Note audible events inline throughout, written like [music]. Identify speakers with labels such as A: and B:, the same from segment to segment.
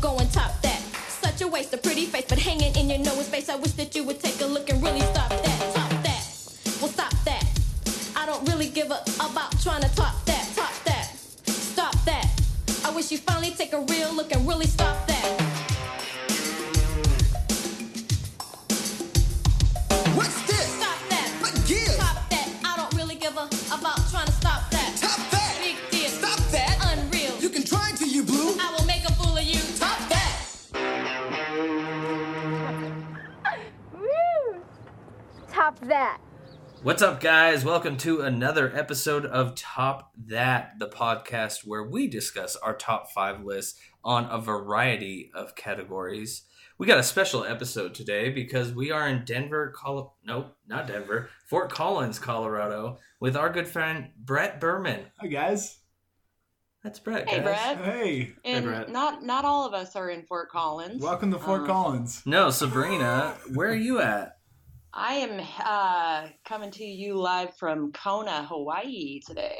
A: go and top that. Such a waste of pretty face, but hanging in your nose space. I wish that you would take a look and really stop that. Top that. Well, stop that. I don't really give a about trying to top that. Top that. Stop that. I wish you finally take a real look and really stop that.
B: What's this?
A: Stop that.
B: But give.
A: Top that. I don't really give a about trying to stop that.
B: Top that.
A: Big deal.
B: Stop that.
A: Unreal.
B: You can try till you blue.
A: I will make a fool of you.
B: Top that.
C: Woo! Top that.
D: What's up, guys? Welcome to another episode of Top That, the podcast where we discuss our top five lists on a variety of categories. We got a special episode today because we are in Denver, Col- nope, not Denver, Fort Collins, Colorado, with our good friend Brett Berman.
E: Hi guys.
D: That's Brett.
F: Hey,
D: guys.
F: Brett.
E: Hey.
F: And
D: Brett.
F: not not all of us are in Fort Collins.
E: Welcome to Fort
F: Um,
E: Collins.
D: No, Sabrina, where are you at?
F: I am uh, coming to you live from Kona, Hawaii today.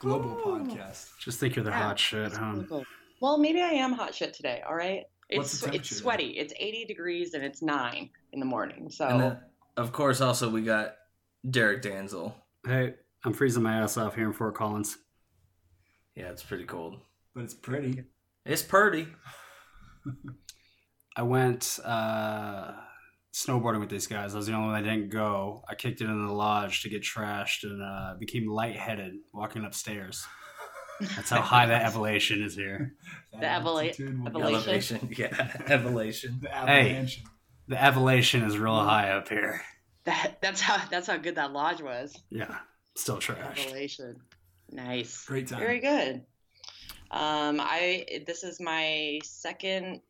E: Global podcast.
G: Just think you're the
F: Yeah,
G: hot shit,
F: it's
G: huh?
F: pretty cool. Well, maybe I am hot shit today. All right.
E: What's
F: It's
E: the temperature
F: it's sweaty. It's 80 degrees and it's nine in the morning. So
D: And then, of course, also we got Derek Danzel.
G: Hey, I'm freezing my ass off here in Fort Collins.
D: Yeah, it's pretty cold.
E: But it's pretty.
D: It's purdy.
G: I went uh, snowboarding with these guys. I was the only one that didn't go. I kicked it in the lodge to get trashed and uh, became lightheaded walking upstairs. That's how
F: [laughs]
G: high that elevation is here.
E: That
F: The avali-
E: altitude will
F: avalation.
E: get-
D: Elevation. [laughs] Yeah, elevation.
E: The avalanche.
G: The elevation is real high up here.
F: that that's how that's how good that lodge was.
G: Yeah, still trashed.
F: Revelation. Nice.
E: Great time.
F: Very good. Um, I this is my second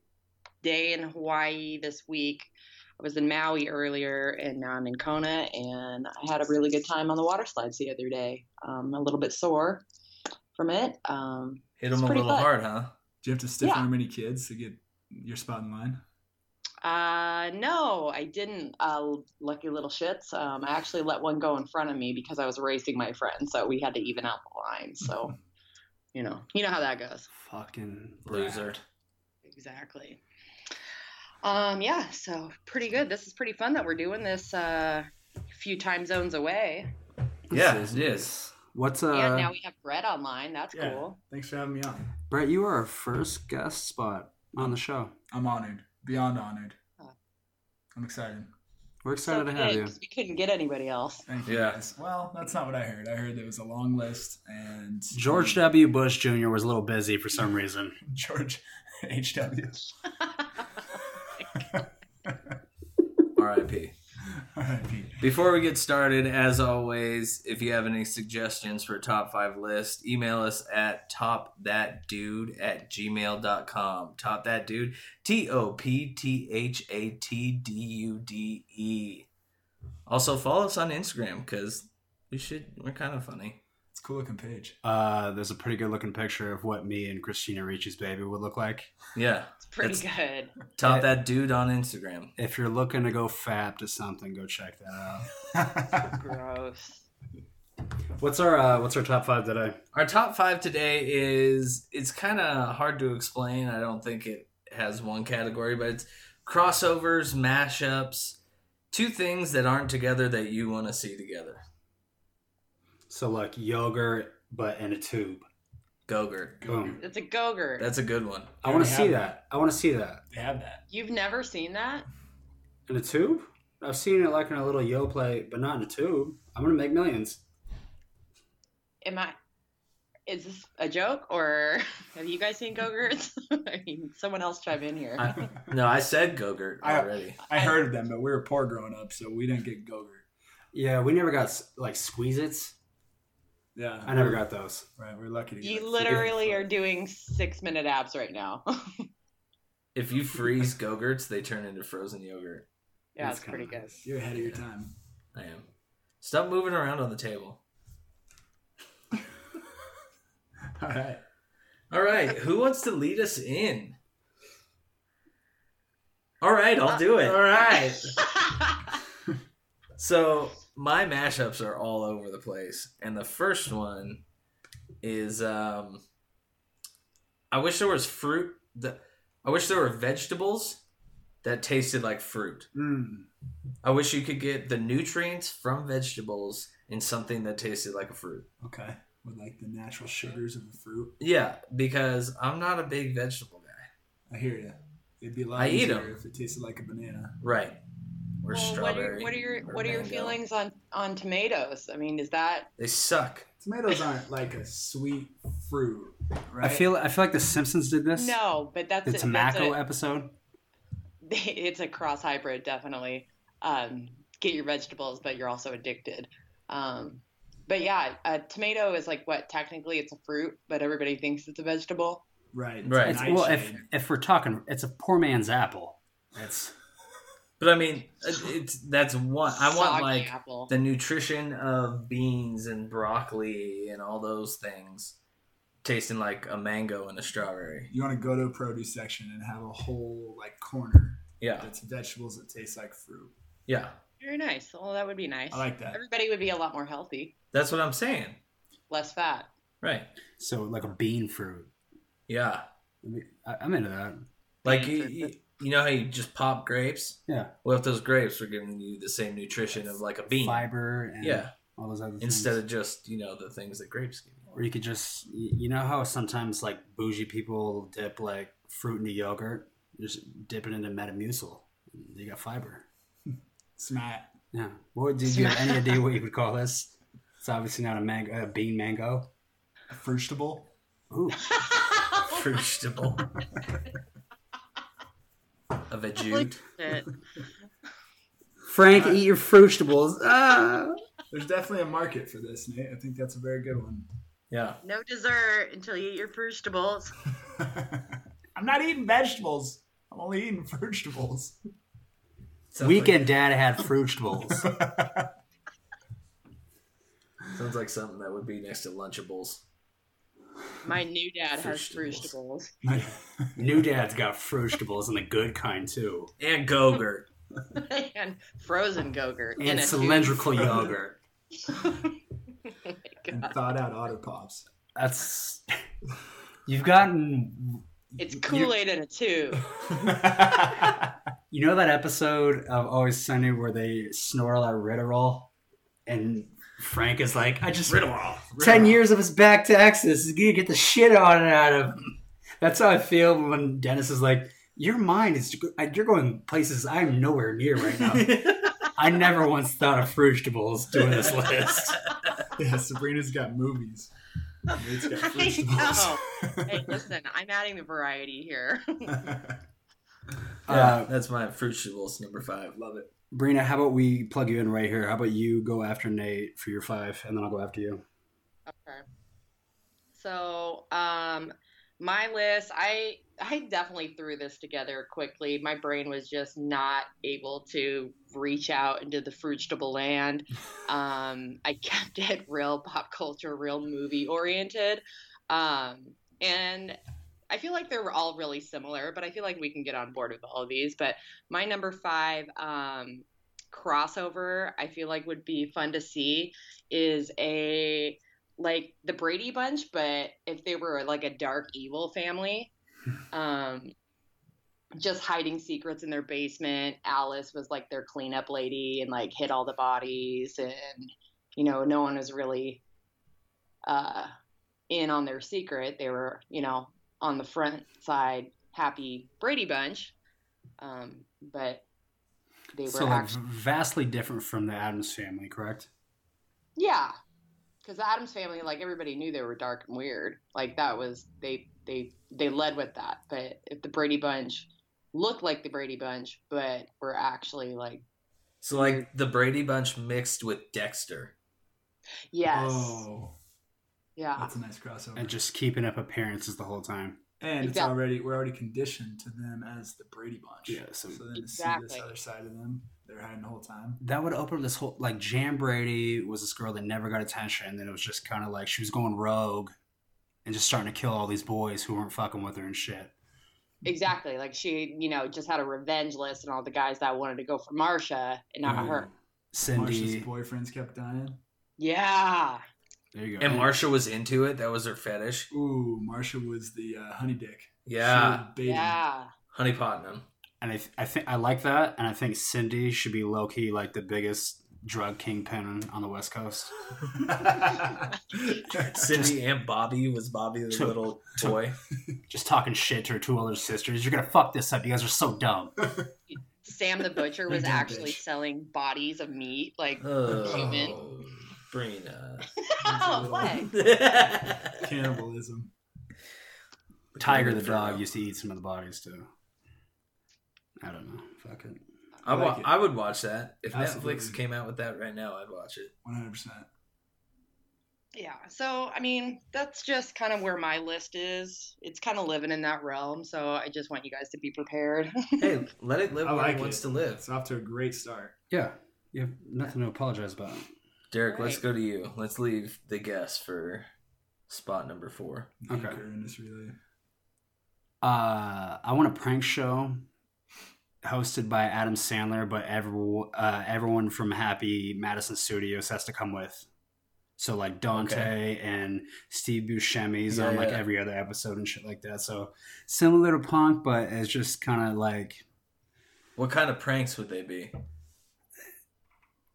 F: day in Hawaii this week. I was in Maui earlier, and now I'm in Kona, and I had a really good time on the water slides the other day. Um, a little bit sore from it. Um,
D: Hit
F: It's
D: him a
F: pretty
D: little
F: fun.
D: hard, huh?
E: Do you have to stiff
F: Yeah.
E: arm any kids to get your spot in line?
F: uh, no, I didn't. Uh, lucky little shits. Um, I actually let one go in front of me because I was racing my friend, so we had to even out the line. So, you know, you know how that goes.
G: Fucking
D: Loser.
G: brat.
F: Exactly. Um, yeah, so pretty good. This is pretty fun that we're doing this uh few time zones away.
D: Yeah,
G: This
D: it is.
G: What's uh?
F: and now we have Brett online. That's
E: yeah.
F: cool.
E: Thanks for having me on.
G: Brett, you are our first guest spot on the show.
E: I'm honored. Beyond honored.
F: Oh.
E: I'm excited.
G: We're excited
F: So
G: to have
F: good,
G: you.
F: 'cause We couldn't get anybody else.
E: Thank you
D: Yeah.
E: guys. Well, that's not what I heard. I heard there was a long list and
G: George W. Bush Jr. was a little busy for some reason.
E: [laughs] George H.W.
D: R.I.P.
E: R.I.P.
D: Before we get started, as always, if you have any suggestions for top five list, email us at topthatdude at gmail.com. Top that dude, T O P T H A T D U D E. Also, follow us on Instagram because we should, we're kind of funny.
E: It's a cool looking page.
G: Uh, there's a pretty good looking picture of what me and Christina Ricci's baby would look like.
D: Yeah.
F: It's pretty
D: That's-
F: good.
D: Top that dude on Instagram.
G: If you're looking to go fab to something, go check that
E: [laughs]
G: out.
F: Gross.
G: What's our uh, what's our top five today?
D: Our top five today is it's kind of hard to explain. I don't think it has one category, but it's crossovers, mashups, two things that aren't together that you want to see together.
G: So like yogurt, but in a tube.
D: Gogurt.
G: Boom.
F: It's a gogurt.
D: That's a good one.
G: I want
E: They
G: to see
E: have
G: that. I want to see that
E: They have that.
F: You've never seen that?
G: in a tube. I've seen it like in a little yo plate, but not in a tube. I'm gonna make millions.
F: Am I is this a joke or [laughs] have you guys seen gogurts? [laughs] I mean someone else chime in here.
D: I- no, I said Gogurt
E: I-
D: already.
E: I heard of them, but we were poor growing up, so we didn't get Gogurt.
G: Yeah, we never got s- like squeeze its.
E: Yeah,
G: I never got those.
E: Right, we're lucky. To get
F: you
E: it.
F: literally are doing six minute abs right now. [laughs]
D: If you freeze Gogurts, they turn into frozen yogurt.
F: yeah,
G: That's
F: it's pretty
G: kinda
F: good.
E: You're ahead of your time.
D: I am. Stop moving around on the table.
E: All right.
D: All right, who wants to lead us in? All right, I'll do it. All right.
F: [laughs]
D: So my mashups are all over the place, and the first one is um, I wish there was fruit. The I wish there were vegetables that tasted like fruit.
E: Mm.
D: I wish you could get the nutrients from vegetables in something that tasted like a fruit.
E: Okay. With like the natural sugars of the fruit.
D: Yeah, because I'm not a big vegetable guy.
E: I hear you. It'd be a lot
D: I eat
E: easier
D: 'em.
E: if it tasted like a banana.
D: Right. Or
F: Well, what are,
D: strawberry.
F: what are your
D: or
F: what are your
D: mango.
F: feelings on on tomatoes? I mean, is that
D: They suck.
E: Tomatoes aren't like a sweet fruit, right?
G: I feel I feel like the Simpsons did this.
F: no? But that's
G: The
F: a- [laughs]
G: tobacco
F: That's
G: episode.
F: a, it's a cross hybrid, definitely. Um, get your vegetables, but you're also addicted. Um, but yeah, a tomato is like what technically it's a fruit, but everybody thinks it's a vegetable.
E: right. it's
D: Right.
E: a
G: It's, well, if
E: nightshade.
G: if we're talking, it's a poor man's apple. It's
D: But I mean, it- it's that's one. I want
F: Soggy
D: like
F: apple.
D: the nutrition of beans and broccoli and all those things tasting like a mango and a strawberry.
E: you want to go to a produce section and have a whole like corner
D: Yeah.
E: that's vegetables that taste like fruit.
D: Yeah.
F: Very nice. Well, that would be nice.
E: I like that.
F: Everybody would be a lot more healthy,
D: That's what I'm saying.
F: less fat.
D: Right.
G: so like a bean fruit.
D: Yeah.
G: I mean, I- I'm into that.
D: Like you, you, you know how you just pop grapes?
G: Yeah,
D: Well, if those grapes were giving you the same nutrition of like a bean
G: fiber and
D: Yeah.
G: all those other things.
D: instead of just, you know, the things that grapes give you.
G: or you could just, y- you know how sometimes like bougie people dip like fruit into yogurt, just dip it into Metamucil. You got fiber.
E: Smat.
G: Yeah. What did you have any idea what you would call this? It's obviously not a mango, a bean mango.
E: A vegetable.
G: Ooh,
D: Vegetable. of a jute. Uh,
G: Frank, eat your vegetables. Ah.
E: There's definitely a market for this, Nate. I think that's a very good one.
D: Yeah.
F: No dessert until you eat your vegetables.
E: I'm not eating vegetables. I'm only eating [laughs] vegetables.
D: Sounds
G: Weekend Dad had vegetables.
D: Like, sounds like something that would be next to Lunchables.
F: My new
D: [laughs]
F: dad has
D: Vegetables.
F: vegetables.
G: [laughs] New Dad's got vegetables and the good kind too,
D: And Gogurt.
F: [laughs] and frozen go-gurt in
G: and
F: a
G: cylindrical yogurt.
F: tube.
E: and thawed out otter pops.
G: That's you've gotten.
F: It's
G: you-
F: Kool-Aid in a tube.
G: [laughs] You know that episode of Always Sunny where they snorkel at Ritterall, and Frank is like, "I just
D: Ritalin.
G: ten
D: Ritalin.
G: years of his back taxes is gonna get the shit on it out of." him." That's how I feel when Dennis is like, "Your mind is you're going places I'm nowhere near right now." I never once thought of vegetables doing this list.
E: yeah, Sabrina's got movies. Nate's
F: [laughs]
E: got vegetables.
F: I know. hey, listen, I'm adding the variety here.
D: Yeah,
G: Uh,
D: that's my Fruitables number five. Love it.
G: Brina, how about we plug you in right here? How about you go after Nate for your five, and then I'll go after you.
F: Okay. So, um, my list, I I definitely threw this together quickly. My brain was just not able to reach out into the fruitable land. Um, I kept it real pop culture, real movie oriented, um, and I feel like they're all really similar. But I feel like we can get on board with all of these. But my number five um, crossover, I feel like would be fun to see, is a like the Brady Bunch, but if they were like a dark evil family, um, just hiding secrets in their basement. Alice was like their cleanup lady and like hid all the bodies, and you know, no one was really uh, in on their secret. They were, you know, on the front side, happy Brady Bunch, um, but they were
G: So, like,
F: actually,
G: vastly different from the Adams family, correct?
F: yeah. because the Adams family, like everybody knew they were dark and weird. Like that was they they they led with that. But if the Brady Bunch looked like the Brady Bunch, but were actually like
D: So like the Brady Bunch mixed with Dexter.
F: yes,
E: Oh,
F: yeah,
E: that's a nice crossover.
G: And
E: And,
G: just keeping up appearances the whole time.
E: it's
F: Exact-
E: already we're already conditioned to them as the Brady Bunch.
G: Yeah, so-
E: then to see
F: Exactly.
E: this other side of them, they're hiding the whole time.
G: That would open up this whole like Jan Brady was this girl that never got attention, and then it was just kind of like she was going rogue and just starting to kill all these boys who weren't fucking with her and shit.
F: exactly. Like she, you know, just had a revenge list and all the guys that wanted to go for Marsha and not
G: Um,
E: Mm.
F: her.
G: Cindy.
E: Marsha's boyfriends kept dying.
F: Yeah,
G: There you go.
D: And Marsha was into it. That was her fetish.
E: Ooh, Marsha was the uh, honey dick.
D: Yeah.
E: She baited
F: yeah,
D: Honey Putnam.
G: and I, th- I think I like that, and I think Cindy should be low key like the biggest drug kingpin on the West Coast.
F: [laughs]
D: Cindy and Bobby was Bobby the little toy.
G: Just talking shit to her two older sisters. You're gonna fuck this up. You guys are so dumb.
F: Sam the butcher was
G: Dumb
F: actually
G: bitch.
F: selling bodies of meat. Like,
D: Oh, Brina.
E: [laughs]
F: [laughs] oh, what?
E: [laughs] Cannibalism.
G: Tiger the dog used to eat some of the bodies too. I don't know. Fuck it.
D: I, wa-
E: like it.
D: I would watch that if
E: Absolutely.
D: Netflix came out with that right now. I'd watch
E: [laughs]
D: it.
E: 100%.
F: Yeah. So, I mean, that's just kind of where my list is. It's kind of living in that realm. So, I just want you guys to be prepared. [laughs]
D: Hey, let it live
E: I
D: where
E: like
D: it wants
E: it.
D: to live.
E: It's off to a great start.
G: Yeah, you have nothing to apologize about.
D: Derek, let's
F: Right.
D: go to you. Let's leave the guess for spot number four.
G: Okay.
E: Anchor in this relay.
G: Uh, I want a prank show hosted by Adam Sandler, but every, uh, everyone from Happy Madison Studios has to come with. So like Dante and Steve Buscemi's
D: Yeah,
G: on like
D: yeah.
G: every other episode and shit like that. So similar to Punk, but it's just kind of like
D: What kind of pranks would they be?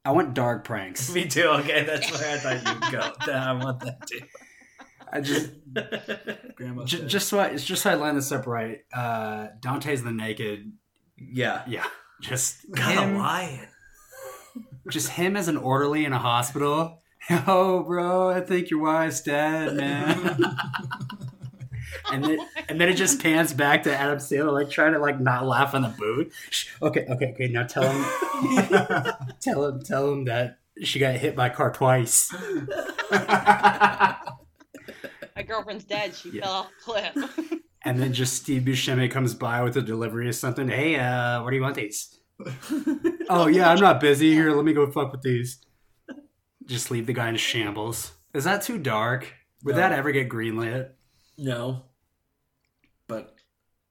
G: I want dark
D: [laughs]
G: pranks.
D: Me too. Okay, that's where I thought you'd go. I want that
G: I just
D: too.
E: Grandma
G: j-
E: said- [laughs]
G: just so I it's just so I line this up right. Uh, Dante's the naked.
D: yeah.
G: Yeah, [laughs] just
D: God, a
G: him-
D: lion.
G: just him as an orderly in a hospital. [laughs] Oh, bro, I think your wife's dead, man. and then and then it just pans back to Adam Sandler, like trying to like not laugh in the booth. Shh, Okay, okay, okay. Now tell him, tell him, tell him that she got hit by a car twice.
F: My girlfriend's dead. She
G: Yeah.
F: fell off a cliff.
G: And then just Steve Buscemi comes by with a delivery or something. Hey, uh, where do you want these? oh yeah, I'm not busy here. Let me go fuck with these. Just leave the guy in shambles. Is that too dark? Would that
D: No.
G: ever get greenlit?
D: No. But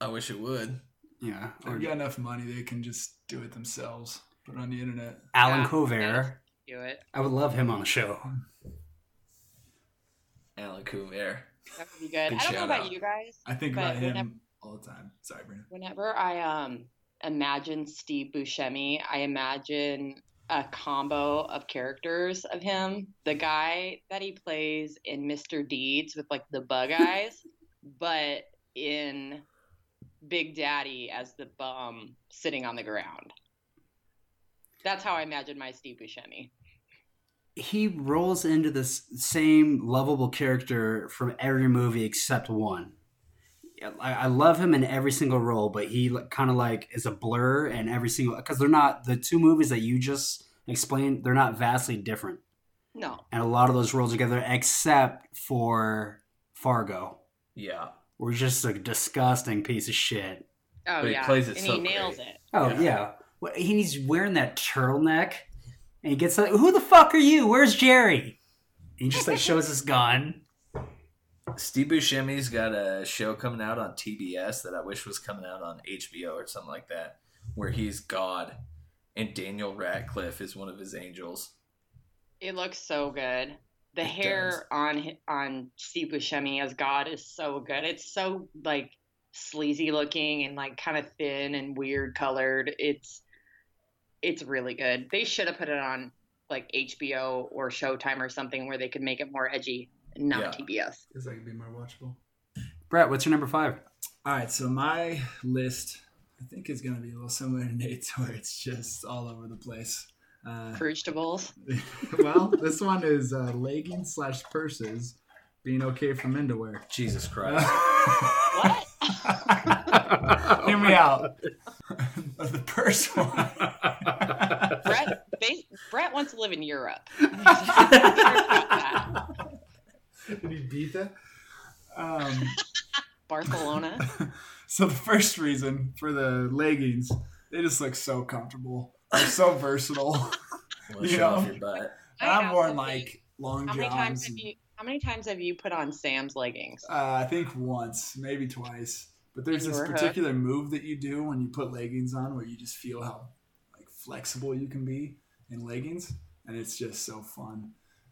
D: I wish it would.
G: Yeah. Or
E: They've got enough money, they can just do it themselves. Put it on the internet.
G: Alan
F: Yeah.
G: Cover.
F: Do it.
G: I would love him on the show.
D: Alan Coomer.
F: That would be good.
D: Good
F: I don't know
D: shout
F: about
D: out.
F: you guys.
E: I think
F: But
E: about him
F: whenever-
E: all the time. Sorry, Brandon.
F: Whenever I um imagine Steve Buscemi, I imagine a combo of characters of him. The guy that he plays in Mr. Deeds with like
D: [laughs]
F: the bug eyes, but in Big Daddy as the bum sitting on the ground. That's how I imagine my Steve Buscemi.
G: He rolls into this same lovable character from every movie except one. I, I love him in every single role, but he kind of like is a blur in every single because they're not the two movies that you just explained. They're not vastly different,
F: No.
G: and a lot of those roles together, except for Fargo,
D: Yeah.
G: were just a disgusting piece of shit.
F: Oh
D: But he
F: yeah.
D: plays it
F: and
D: so
F: he nails
D: great.
F: it.
G: Oh
D: Yeah.
G: yeah. Well, he- he's wearing that turtleneck, and he gets like, "Who the fuck are you? Where's Jerry?" And he just like shows his gun.
D: Steve Buscemi's got a show coming out on TBS that I wish was coming out on HBO or something like that, where he's God and Daniel Radcliffe is one of his angels.
F: It looks so good. The
D: It does.
F: hair on hi- on Steve Buscemi as God is so good. It's so like sleazy looking and like kind of thin and weird colored. It's it's really good. They should have put it on like HBO or Showtime or something where they could make it more edgy, and
D: Yeah.
F: not TBS.
D: [laughs]
E: Because I could be more watchable.
G: Brett, what's your number five?
E: All right, so my list, I think, is going to be a little similar to Nate's, [laughs] where it's just all over the place. Uh,
F: Fruitables.
E: [laughs] well, this one is uh, leggings slash purses being okay from underwear.
D: Jesus
E: [laughs]
D: Christ.
E: what?
F: What?
E: Hear me out. [laughs] the purse one.
F: Brett they, Brett wants to live in Europe.
E: [laughs]
D: [laughs]
E: Did he beat that? Um,
F: Barcelona.
E: so the first reason for the leggings, they just look so comfortable. They're so versatile.
D: Wanna
E: You
D: show
E: know?
D: off your butt.
F: [laughs] I
E: I've
F: have
E: worn
F: something.
E: like long
F: How
E: johns.
F: many times have
E: and-
F: you How many times have you put on Sam's leggings?
E: Uh, I think once, maybe twice. But there's
F: You
E: this
F: were hooked.
E: particular move that you do when you put leggings on, where you just feel how like flexible you can be in leggings, and it's just so fun.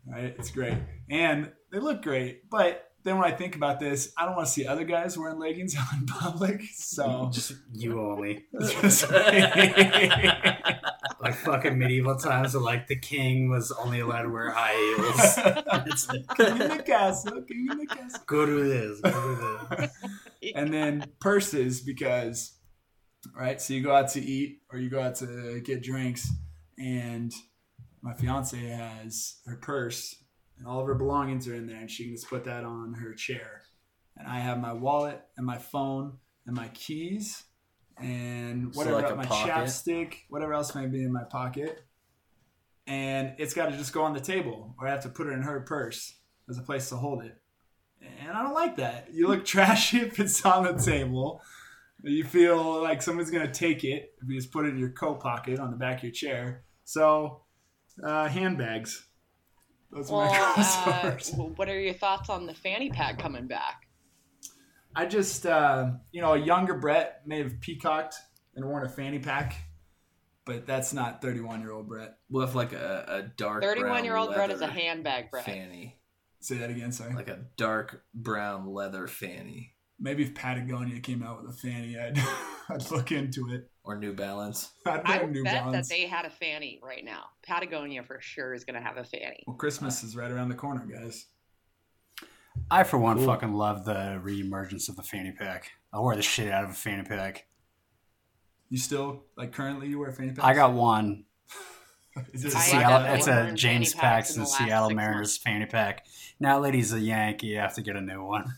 E: Right? It's great, and they look great. But then when I think about this, I don't want to see other guys wearing leggings [laughs] out in public. So
G: Just [laughs] you only. [laughs] Mm-hmm.
E: [laughs]
D: yeah.
G: like fucking medieval times, where like the king was only allowed to wear high heels.
E: [laughs]
G: It's like,
E: king in the castle, king in the castle.
G: go to this, go to this.
D: [laughs]
E: and then purses because right so you go out to eat or you go out to get drinks and my fiance has her purse and all of her belongings are in there and she can just put that on her chair and i have my wallet and my phone and my keys and
D: So
E: whatever
D: like a
E: my
D: pocket?
E: chapstick whatever else may be in my pocket and it's got to just go on the table or i have to put it in her purse as a place to hold it and I don't like that. You look trashy if it's on the table. You feel like someone's gonna take it if you just put it in your coat pocket on the back of your chair. So, uh, handbags. Those are
F: Well,
E: my
F: uh,
E: crosswords.
F: w- what are your thoughts on the fanny pack coming back?
E: I just, uh, you know, a younger Brett may have peacocked and worn a fanny pack, but that's not 31 year old Brett.
D: With like a, a dark.
F: Thirty-one
D: brown
F: year old Brett is a
D: leather
F: handbag Brett.
D: fanny,
E: Say that again, sorry.
D: like a dark brown leather fanny
E: Maybe if Patagonia came out with a fanny, I'd, [laughs] I'd look into it.
D: or New Balance.
E: I'd
F: I
E: wear
F: would
E: New
F: bet
E: Balance.
F: that they had a fanny right now. Patagonia for sure is going to have a fanny.
E: well, Christmas is right around the corner, guys.
G: I for one fucking love the reemergence of the fanny pack. I wore the shit out of a fanny pack.
E: You still like currently you wear fanny packs?
G: I got one.
E: Is
G: It's
E: it
G: a,
F: I
E: black
G: Seattle,
E: out?
F: actually
G: it's
F: haven't
G: a
F: worn
G: James
F: fanny packs in
G: Paxton
F: the last
G: Seattle
F: six
G: Mariners
F: months.
G: fanny pack. Now, lady's a Yankee. You have to get a new one.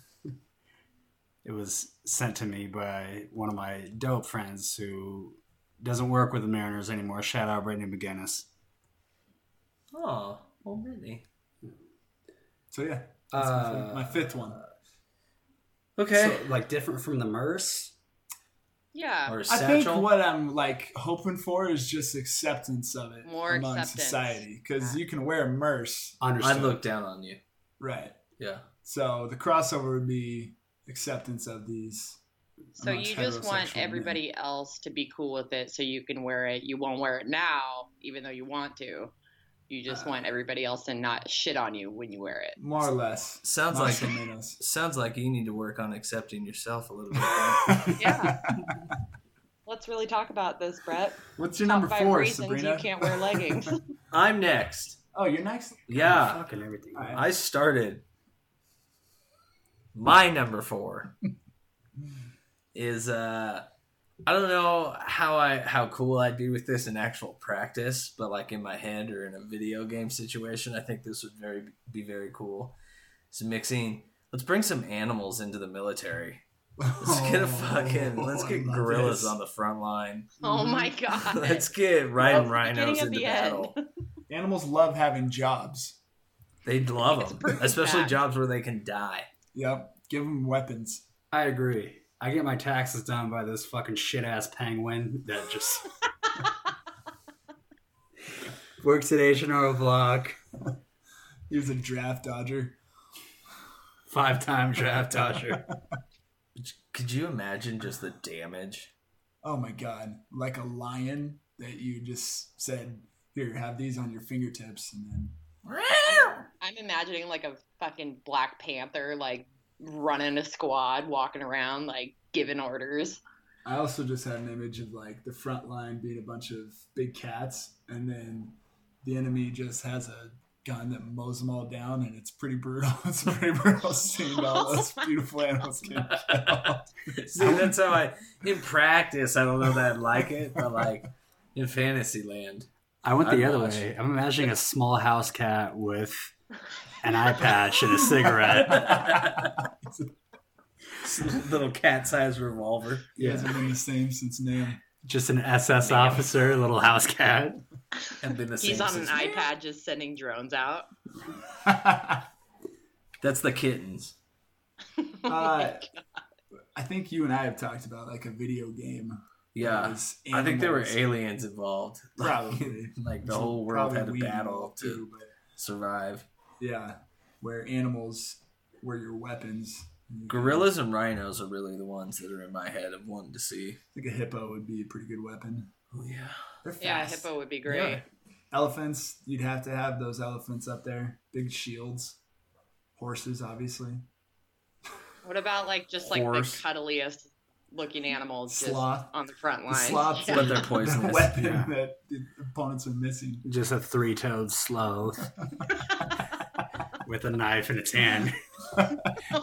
G: It was sent to me by one of my dope friends who doesn't work with the Mariners anymore. Shout out Brittany McGinnis.
D: Oh, well, Brittany.
E: so yeah, that's my fifth- my, fifth one.
D: Okay.
G: So, like different from the Merce.
F: Yeah.
D: or a
E: I think
D: satchel.
E: what I'm like hoping for is just acceptance of it
F: More
E: among
F: acceptance.
E: society because
F: Yeah.
E: you can wear merce,
D: I
G: Understood.
D: look down on you.
E: right?
D: Yeah.
E: So the crossover would be acceptance of these.
F: So
E: amongst
F: you just want
E: heterosexual men.
F: everybody else to be cool with it so you can wear it. You won't wear it now, even though you want to. You just
E: Uh,
F: want everybody else to not shit on you when you wear it.
E: more or less.
D: Sounds like
E: Mas ou menos.
D: sounds like you need to work on accepting yourself a little [laughs] bit. Brett.
F: Yeah. [laughs] Let's really talk about this, Brett.
E: What's your
F: Top
E: number
F: five
E: four,
F: reasons
E: Sabrina?
F: you can't wear leggings.
D: I'm next.
E: oh, you're next.
D: Yeah,
G: Fucking everything.
E: All right.
D: I started. My number
F: [laughs]
D: four is uh, I don't know how I how cool I'd be with this in actual practice, but like in my head or in a video game situation, I think this would very be very cool. So mixing, let's bring some animals into the military. Let's
E: [laughs]
D: get a
E: Oh,
D: fucking, let's get gorillas on the front line.
F: [laughs] oh my god.
D: Let's get riding
F: That's the
D: rhinos
F: beginning of
D: into
F: the
D: battle.
E: the animals love having jobs.
D: They'd love
F: [laughs] It's a
D: them,
F: perfect
D: especially
F: match.
D: jobs where they can die.
E: Yep, give them weapons.
G: I agree. I get my taxes done by this fucking shit ass penguin that just
D: [laughs]
G: works at H and
E: [laughs]
G: R Block,
E: He was a draft dodger.
G: five time draft dodger.
D: Could you imagine just the
E: [laughs]
D: damage?
E: Oh my god, like a lion that you just said, here, have these on your fingertips, and then
F: I'm imagining like a fucking Black Panther like running a squad, walking around like giving orders.
E: I also just had an image of like the front line being a bunch of big cats, and then the enemy just has a gun that mows them all down, and it's pretty brutal. [laughs] It's a pretty brutal scene. All those beautiful animals get killed.
D: See, that's how I. In practice, I don't know that I'd like it, but like in
E: [laughs]
D: Fantasyland,
G: I went the
D: I'd
G: other
D: watch.
G: way. I'm imagining a small house cat with an eye patch and a cigarette.
D: [laughs] It's a little cat-sized revolver.
E: [laughs] You guys have been the same since Nam.
G: Just an SS officer, little house cat.
D: And been the
F: He's
D: same
F: on an
D: since-
F: iPad just sending drones out. [laughs]
D: That's the kittens.
E: Uh, I think you and I have talked about like a video game.
D: Yeah,
E: as
D: I think there were
E: animals.
D: aliens involved.
E: Probably.
D: like the whole world had a
E: Probably we
D: battle to
E: too, but
D: survive.
E: yeah, where animals were your weapons.
D: Gorillas and rhinos are really the ones that are in my head of wanting to see.
E: I think a hippo would be a pretty good weapon.
D: Oh yeah.
E: They're
F: yeah,
E: fast.
F: hippo would be great.
D: Yeah.
E: Elephants, you'd have to have those elephants up there. Big shields. Horses, obviously.
F: What about like just like
D: Horse.
F: the cuddliest looking animals just
E: Sloth.
F: on the front line?
E: Sloths
F: Yeah.
E: are
D: But they're
E: the
D: poisonous.
E: weapon
G: yeah.
E: that the opponents are missing.
G: Just a
D: [laughs]
G: three-toed sloth with a knife in its hand,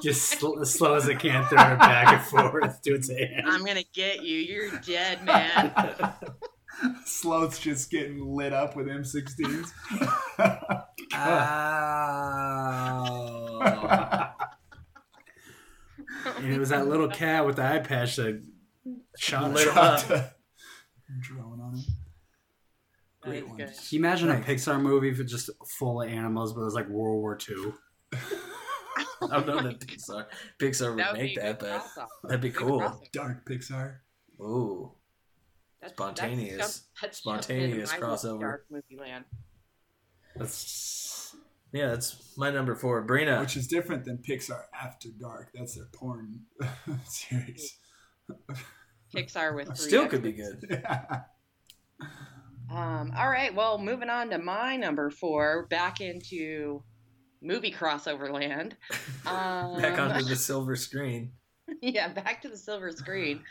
G: just sl- as slow as it can, throwing it back and forth to its
F: [laughs]
G: hand.
F: I'm gonna get you. You're dead, man.
E: Sloth's just getting lit up with M16s.
D: Ah. Oh, Ow.
G: And it was that little cat with the eye patch that shot
D: [laughs] Lit
G: it.
D: up.
E: Drone
F: [laughs]
E: on it.
F: Great
D: [laughs]
E: one.
G: Can you imagine a Pixar movie for just full of animals, but it was like World War II?
D: I don't know that Pixar Pixar would
F: That would
D: make
F: be a
D: that,
F: good
D: but
F: crossover.
D: that'd be
F: Good
D: cool.
F: crossover.
E: Dark Pixar.
D: Ooh,
F: That's-
D: Spontaneous-
F: that's jump- that's
D: spontaneous
F: jumping. I love
D: crossover.
F: Dark movie land.
D: that's yeah, that's my number four. Brina,
E: Which is different than Pixar After Dark. That's their porn [laughs] series.
F: Pixar with three
D: still could be
F: X's.
D: good.
F: Um, all right, well, moving on to my number four, back into movie
D: [laughs]
F: crossover land. Um,
D: Back onto the silver screen.
F: [laughs] yeah, back to the silver screen.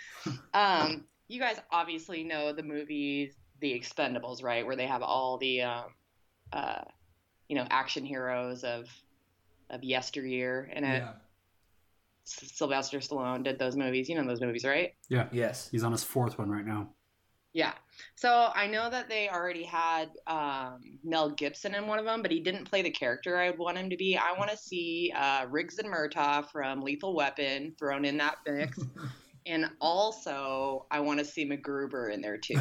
F: Um, you guys obviously know the movies, The Expendables, right? Where they have all the, um, uh, you know, action heroes of of yesteryear, and it.
E: yeah.
F: S- Sylvester Stallone did those movies. You know those movies, right?
D: Yes.
G: He's on his fourth one right now.
F: Yeah. So I know that they already had um, Mel Gibson in one of them, but he didn't play the character I would want him to be. I want to see uh, Riggs and Murtaugh from Lethal Weapon thrown in that mix. and also, I want to see MacGruber in there too.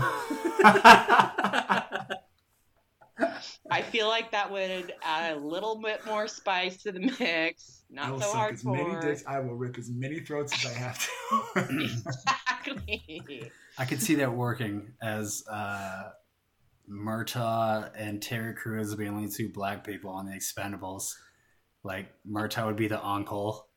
F: I feel like that would add a little bit more spice to the mix.
E: I will
F: Not so
E: suck as many
F: hardcore.
E: dicks. I will rip as many throats as I have to.
F: [laughs]
E: [laughs]
F: Exactly.
G: I could see that working as uh, Murtaugh and Terry Crews would be the only two black people on the Expendables. Like Murtaugh would be the uncle.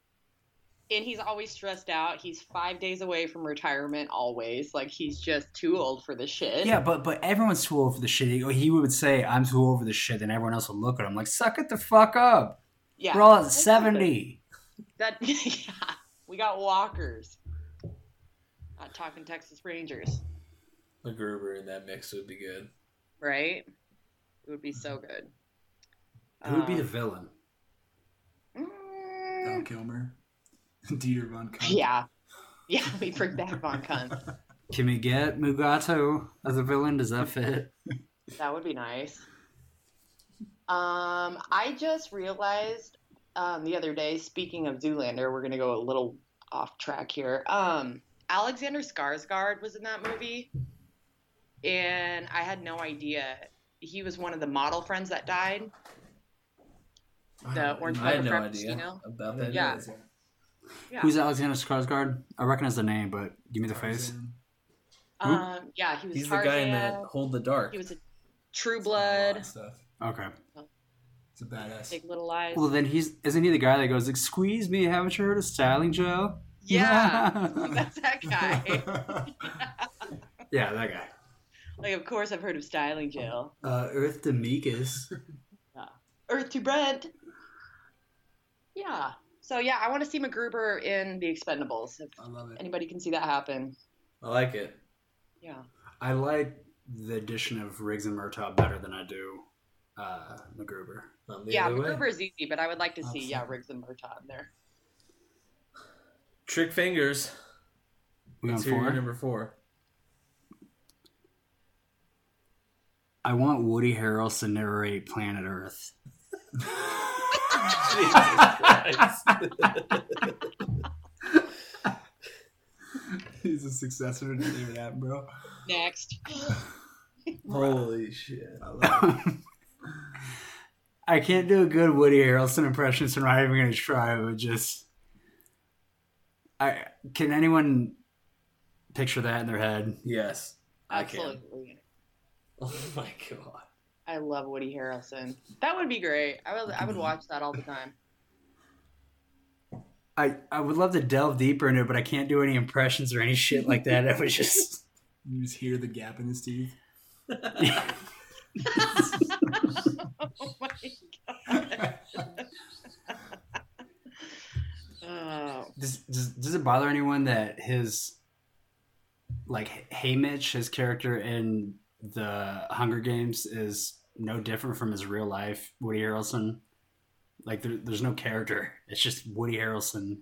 F: and he's always stressed out. He's five days away from retirement, always. Like he's just too old for this shit.
G: Yeah, but but everyone's too old for the shit. He- He would say, "I'm too old for this shit," and everyone else would look at him like, "Suck it the fuck up."
F: yeah.
G: We're all at seventy.
F: That [laughs] yeah, we got walkers. Not talking Texas Rangers,
D: MacGruber in that mix would be good.
F: right? It would be so good.
G: Who would be
F: Um,
G: the villain?
F: mm,
E: Val Kilmer. [laughs] Dieter von Kunt.
F: yeah, yeah, we bring back Von Kunt.
G: Can we get Mugato as a villain? Does
F: [laughs]
G: that fit?
F: That would be nice. Um, I just realized um, the other day, speaking of Zoolander, we're going to go a little off track here. Um, Alexander Skarsgård was in that movie, and I had no idea. He was one of the model friends that died. The orange
D: I had
F: pepper
D: no
F: frapppuccino.
D: idea about that.
F: Yeah.
D: either.
F: Yeah.
G: Who's Alexander Skarsgård? I recognize the name, but give me the face. Who?
F: Um, yeah, he was
D: He's the
F: Tarzan.
D: guy in the Hold the Dark.
F: He was a True
E: Blood.
F: Blood,
E: Stuff.
G: Okay.
E: It's a badass.
F: Big Little Lies.
D: [laughs]
G: Well, then he's isn't he the guy that goes like, "Squeeze me, haven't you heard of styling gel?"
F: yeah, [laughs]
G: [laughs]
F: that's that guy.
D: [laughs]
G: Yeah, that guy.
F: like, of course, I've heard of Styling Jail.
G: Uh, Earth Demekus.
F: Earth to Bread. Yeah. So yeah, I want to see MacGruber in The Expendables. If
E: I
F: [laughs]
E: love it.
F: anybody can see that happen.
D: I like it.
F: Yeah.
G: I like the addition of Riggs and Murtaugh better than I do uh, MacGruber.
D: I'm the
F: yeah,
D: other way.
F: MacGruber is easy, but I would like to see yeah
E: Absolutely.
F: Riggs and Murtaugh in there.
D: Trick fingers.
G: We on
D: Let's hear your
G: four.
D: number four.
G: I want Woody Harrelson to narrate Planet Earth.
D: Jesus Christ.
E: He's a successor to David Attenborough.
F: Next.
D: Holy shit.
E: I love
D: [laughs]
E: it.
G: I can't do a good Woody Harrelson impression, so I'm not even going to try. It would just. I can anyone picture that in their head?
D: Yes, I can.
F: Absolutely. [laughs]
D: Oh my god.
F: I love Woody Harrelson. That would be great. I would I would watch that all the time. [laughs]
G: I I would love to delve deeper into it, but I can't do any impressions or any shit like that. I was just.
E: You just hear the gap in his teeth.
F: [laughs] Oh my god. Oh.
G: Does, does, does it bother anyone that his like Haymitch, his character in the Hunger Games, is no different from his real life Woody Harrelson? Like there, there's no character. It's just Woody Harrelson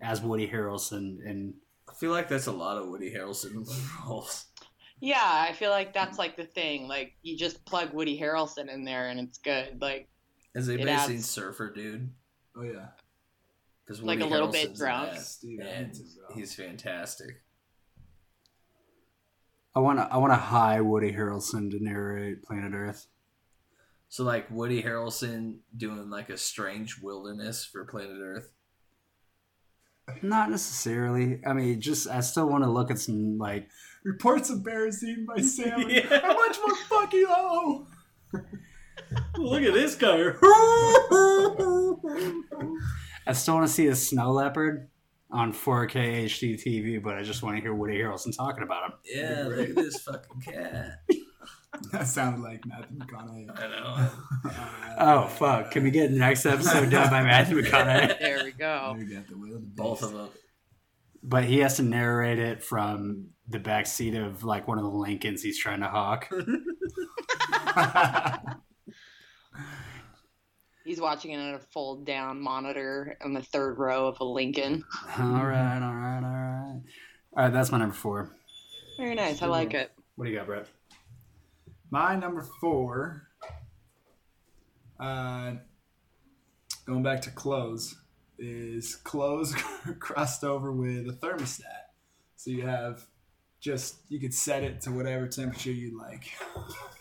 G: as Woody Harrelson, and
D: I feel like that's a lot of Woody Harrelson roles.
F: Yeah, I feel like that's like the thing. Like you just plug Woody Harrelson in there and it's good. Like
D: Has anybody
F: adds-
D: seen Surfer Dude?
E: Oh yeah,
D: Because
F: Like a little bit drunk.
E: Steve. I need
D: and
E: to, bro.
D: he's fantastic.
G: I want to I want to high Woody Harrelson to narrate Planet Earth.
D: So like Woody Harrelson doing like a strange wilderness for planet Earth.
G: Not necessarily. I mean, just I still want to look at some like
E: Reports of bears eaten by salmon.
D: [laughs] Yeah. [laughs]
E: How much more fucking you owe? [laughs]
D: Look at this guy.
G: I still want to see a snow leopard on 4K HD TV, but I just want to hear Woody Harrelson talking about him.
D: [laughs] yeah, look at this fucking cat.
E: That sounded like Matthew McConaughey.
D: I know.
G: Oh fuck! Can we get the next episode done by Matthew McConaughey?
F: there we go.
E: We got the will of the
D: Both of them.
G: [laughs]
D: [laughs]
G: But he has to narrate it from the back seat of like one of the Lincolns he's trying to [laughs] hawk.
F: He's watching it on a fold down monitor on the third row of a Lincoln.
G: All right, all right, all right. All right, that's my number four.
F: Very nice. I like it.
G: What do you got, Brett?
E: My number four. Uh, going back to clothes is clothes [laughs] crossed over with a thermostat, so you have just you could set it to whatever temperature you like.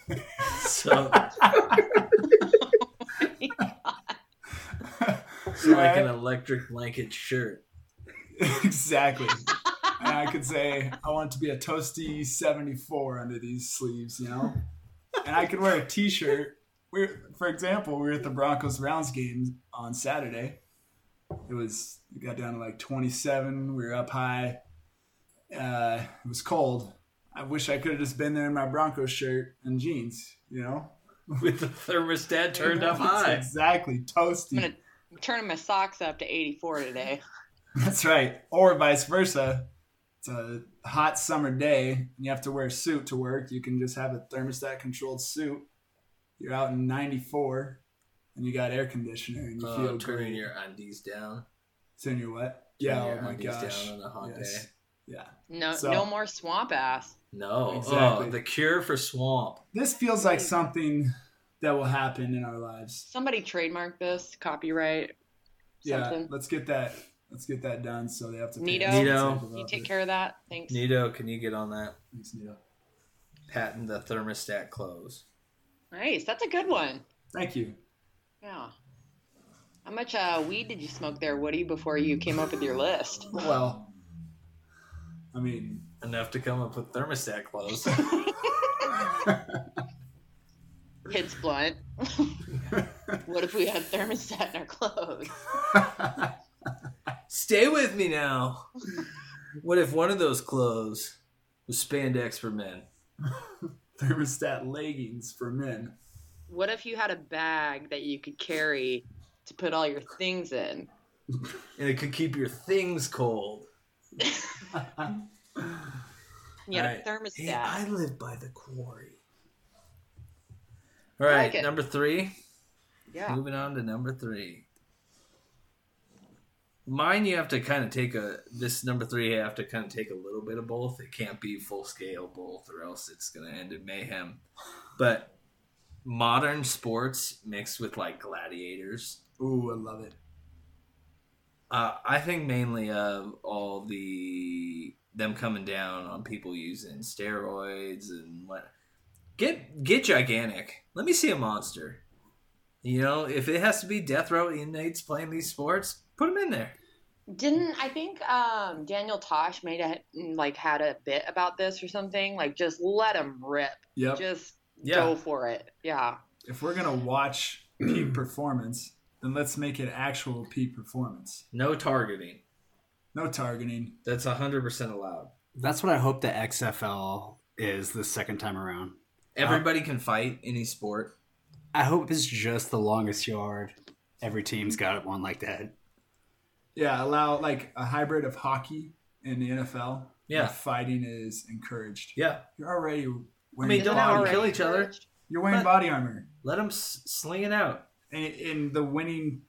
F: [laughs]
D: So,
F: Oh
D: so like an electric blanket shirt.
E: exactly. and I could say I want it to be a toasty 74 under these sleeves, you know? And I could wear a t-shirt. We for example, we were at the Broncos Browns game on Saturday. It was it got down to like 27. We were up high. Uh, it was cold. I wish I could have just been there in my Broncos shirt and jeans, you know?
D: With the thermostat turned up high.
E: Exactly.
F: I'm
E: Toasty.
F: gonna I'm turning my socks up to 84 today.
E: That's right. Or vice versa. It's a hot summer day and you have to wear a suit to work. You can just have a thermostat controlled suit. You're out in 94 and you got air conditioner and you
D: Uh,
E: feel
D: turning
E: great.
D: your undies down.
E: Turn your what?
D: Turn
E: Yeah,
D: your
E: oh my
D: undies
E: gosh.
D: down on a hot
E: Yes.
D: day.
E: Yeah.
F: No,
E: So-
F: no more swamp ass.
D: No.
E: Exactly.
D: Oh, the cure for swamp.
E: This feels like something that will happen in our lives.
F: Somebody trademark this copyright.
E: Yeah,
F: Something.
E: let's get that. Let's get that done so they have to.
F: Neato.
D: Neato.
F: Can you take care of that? Thanks.
D: Nito, can you get on that?
E: Thanks, Neato.
D: Patent the thermostat clothes.
F: Nice. That's a good one.
E: Thank you.
F: Yeah. How much uh, weed did you smoke there, Woody, before you came up with your list?
E: Well, I mean,
D: Enough to come up with thermostat
E: [laughs]
D: clothes.
F: Kids blunt. [laughs] what if we had thermostat in our clothes?
D: Stay with me now. What if one of those clothes was spandex for men?
E: thermostat leggings for men.
F: What if you had a bag that you could carry to put all your things in?
D: And it could keep your things cold.
F: You had a
D: Right.
F: thermostat.
D: Hey, I live by the quarry. All
F: I
D: right,
F: like it.
D: number three.
F: yeah.
D: Moving on to number three. Mine, you have to kind of take a this number three. You have to kind of take a little bit of both. It can't be full scale both, or else it's going to end in mayhem. But modern sports mixed with like gladiators.
E: Ooh, I love it.
D: Uh, I think mainly of all the them coming down on people using steroids and what. Get get gigantic. Let me see a monster. You know, if it has to be death row inmates playing these sports, put them in there.
F: Didn't I think um, Daniel Tosh made a like had a bit about this or something? Like just let him rip.
E: Yep.
F: Just
D: Yeah.
F: go for it. Yeah.
E: if we're gonna watch peak performance, then let's make it actual peak performance.
D: No targeting.
E: No targeting.
D: That's hundred percent allowed.
G: That's what I hope the XFL is the second time around.
D: Everybody can fight any sport.
G: I hope it's just the longest yard. Every team's got one like that.
E: Yeah, allow like a hybrid of hockey and the NFL. where
D: Yeah.
E: fighting is encouraged.
D: Yeah.
E: You're already wearing
D: mean, don't
F: Isn't that
D: have to
E: body.
D: kill
F: already
D: each other.
F: encouraged?
E: You're wearing
D: but-
E: body armor,
D: Let them s- sling it out.
E: and, and the winning,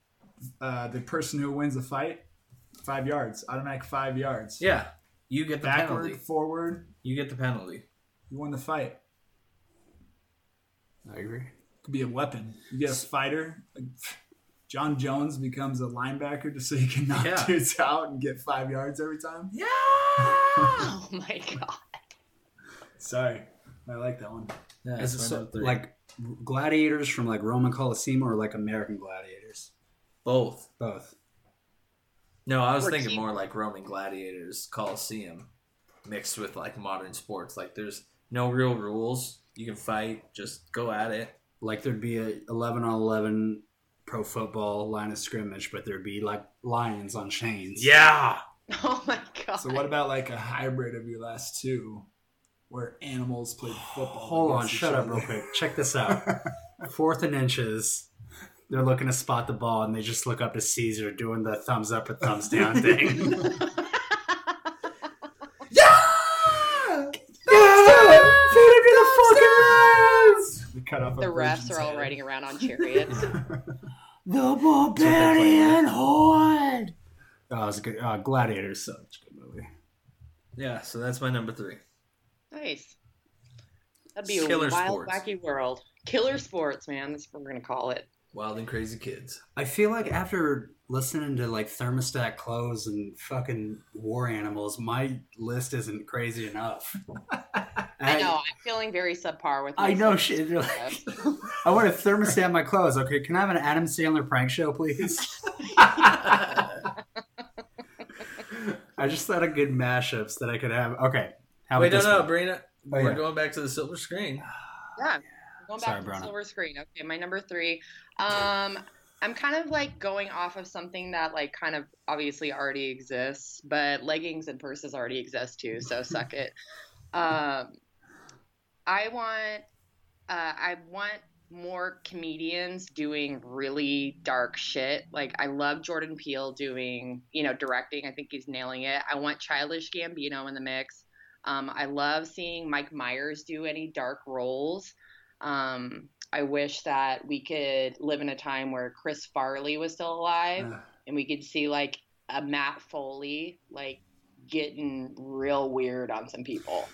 E: uh, the person who wins the fight, five yards, automatic five yards.
D: Yeah. You get the
E: Backward,
D: penalty.
E: forward,
D: You get the penalty.
E: you won the fight.
G: I agree.
E: Could be a weapon. You get a fighter. like, John Jones becomes a linebacker just so you can knock
D: Yeah.
E: dudes out and get five yards every time.
D: Yeah.
F: Oh my [laughs] god.
E: Sorry, I like that one.
G: Is it
D: it's
G: so, like gladiators from like Roman Colosseum or like American gladiators?
D: both.
G: Both.
D: No, I was
F: Or
D: thinking
F: team.
D: more like Roman gladiators, Colosseum, mixed with like modern sports. Like there's no real rules. You can fight. Just go at it.
G: Like there'd be a eleven on eleven pro football line of scrimmage, but there'd be like lions on chains.
D: Yeah.
F: Oh my god.
E: So what about like a hybrid of your last two, where animals played football?
G: Hold on,
E: against each
G: shut up
E: other?
G: real quick. Check this out. Fourth and inches. They're looking to spot the ball and they just look up to Caesar doing the thumbs up or thumbs down thing.
E: We cut off.
F: [laughs] the
E: a
F: refs
E: virgin's
F: are all
E: head.
F: riding around on chariots.
G: Barbarian horde. Oh, it was a good. Uh, Gladiator's such a good movie.
D: Yeah. So that's my number three.
F: nice. That'd be
D: Killer
F: a wild,
D: sports.
F: wacky world. Killer sports, man. That's what we're gonna call it.
D: Wild and crazy kids.
G: I feel like after listening to like thermostat clothes and fucking war animals, my list isn't crazy enough.
F: [laughs] I, know. I'm feeling very subpar with.
G: I know
F: myself.
G: shit. You're like, I want to thermostat my clothes. Okay, can I have an Adam Sandler prank show,
F: [laughs]
G: please? I just thought of good mashups that I could have. Okay, how
D: Wait, no,
G: about this
D: no,
G: one?
D: Brina.
G: Oh,
D: We're
G: yeah.
D: going back to the silver screen.
F: Yeah. Going back
G: Sorry,
F: to the
G: Brianna.
F: silver screen. Okay, my number three. Um, I'm kind of like going off of something that like kind of obviously already exists, but leggings and purses already exist too. So suck it. Um, I want, uh, I want more comedians doing really dark shit. Like I love Jordan Peele doing, you know, directing. I think he's nailing it. I want Childish Gambino in the mix. Um, I love seeing Mike Myers do any dark roles. Um, I wish that we could live in a time where Chris Farley was still alive
G: Ugh.
F: and we could see like a Matt Foley like getting real weird on some people.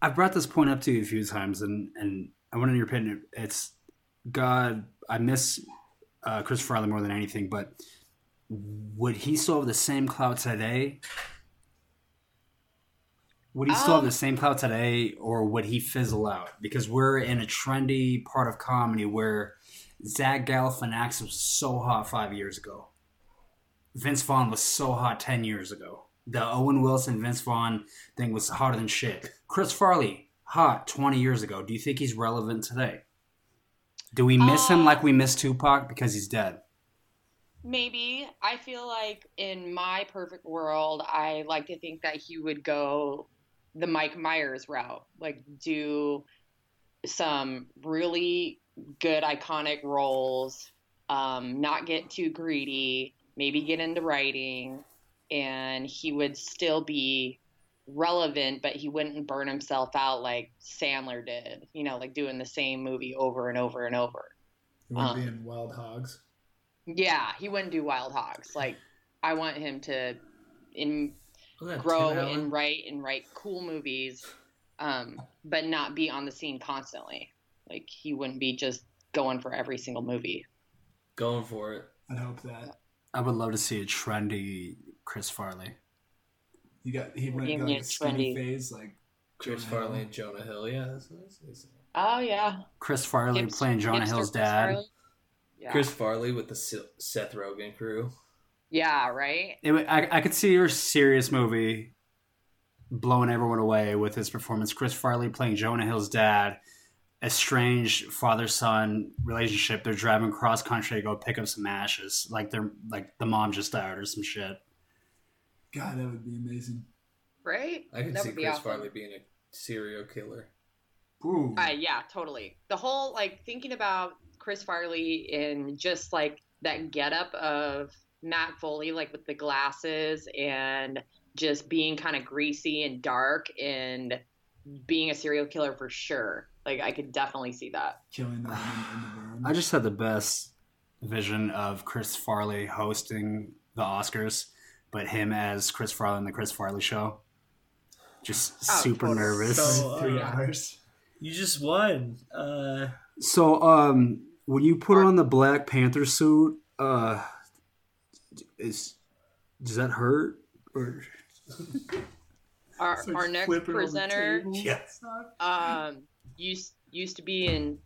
G: I've brought this point up to you a few times, and and I want your opinion. It's God. I miss uh, Chris Farley more than anything, but would he still have the same clout today? Would he still have
F: Um,
G: the same clout today, or would he fizzle out? Because we're in a trendy part of comedy where Zach Galifianakis was so hot five years ago. Vince Vaughn was so hot ten years ago. The Owen Wilson Vince Vaughn thing was hotter than shit. Chris Farley, hot 20 years ago. Do you think he's relevant today? Do we miss him
F: Uh,
G: like we miss Tupac because he's dead?
F: Maybe. I feel like in my perfect world, I like to think that he would go the Mike Myers route, like do some really good iconic roles, um, not get too greedy, maybe get into writing, and he would still be relevant, but he wouldn't burn himself out like Sandler did, you know, like doing the same movie over and over and over.
E: You want
F: Uh.
E: to be in Wild Hogs?
F: Yeah, he wouldn't do Wild Hogs. Like, I want him to in,
D: Look at that,
F: grow
D: Tim Allen.
F: and write and write cool movies, um, but not be on the scene constantly. Like, he wouldn't be just going for every single movie.
D: Going for it.
E: I'd hope that
G: I would love to see a trendy Chris Farley.
E: you got he went
F: Give
E: got
F: me
E: like a
F: a
E: skinny
F: trendy.
E: phase like
D: Chris
E: Jonah Hill.
D: Farley and Jonah Hill. Yeah. That's what I was gonna say.
F: Oh yeah,
G: Chris Farley
F: Hipster-
G: playing Jonah
F: hipster Chris
G: Hill's dad.
F: Farley. Yeah.
D: Chris Farley with the Sil- Seth Rogen crew.
F: yeah, right.
G: It, would- I, I could see your serious movie blowing everyone away with his performance. Chris Farley playing Jonah Hill's dad, estranged father son relationship. They're driving cross country to go pick up some ashes. Like they're like the mom just died or some shit.
E: God, that would be amazing.
F: Right.
D: I can
F: That
D: see
F: would be
D: Chris
F: awesome.
D: Farley being a serial killer.
E: Ooh,
F: Uh, yeah, totally. The whole like thinking about Chris Farley in just like that getup of Matt Foley, like with the glasses and just being kind of greasy and dark and being a serial killer for sure. Like I could definitely see that.
E: Killing the woman in the room.
G: I just had the best vision of Chris Farley hosting the Oscars, but him as Chris Farley in the Chris Farley show. Just
F: Oh,
G: super
F: totally.
G: nervous. So,
E: So, [laughs] three
H: uh,
E: hours.
H: You just won. Uh,
G: um when you put on the Black Panther suit, uh is does that hurt? Or
F: Our,
E: So
F: our
E: just
F: next
E: flipping on the
F: presenter
E: table.
H: Yeah.
E: It's not-
F: um, used used to be in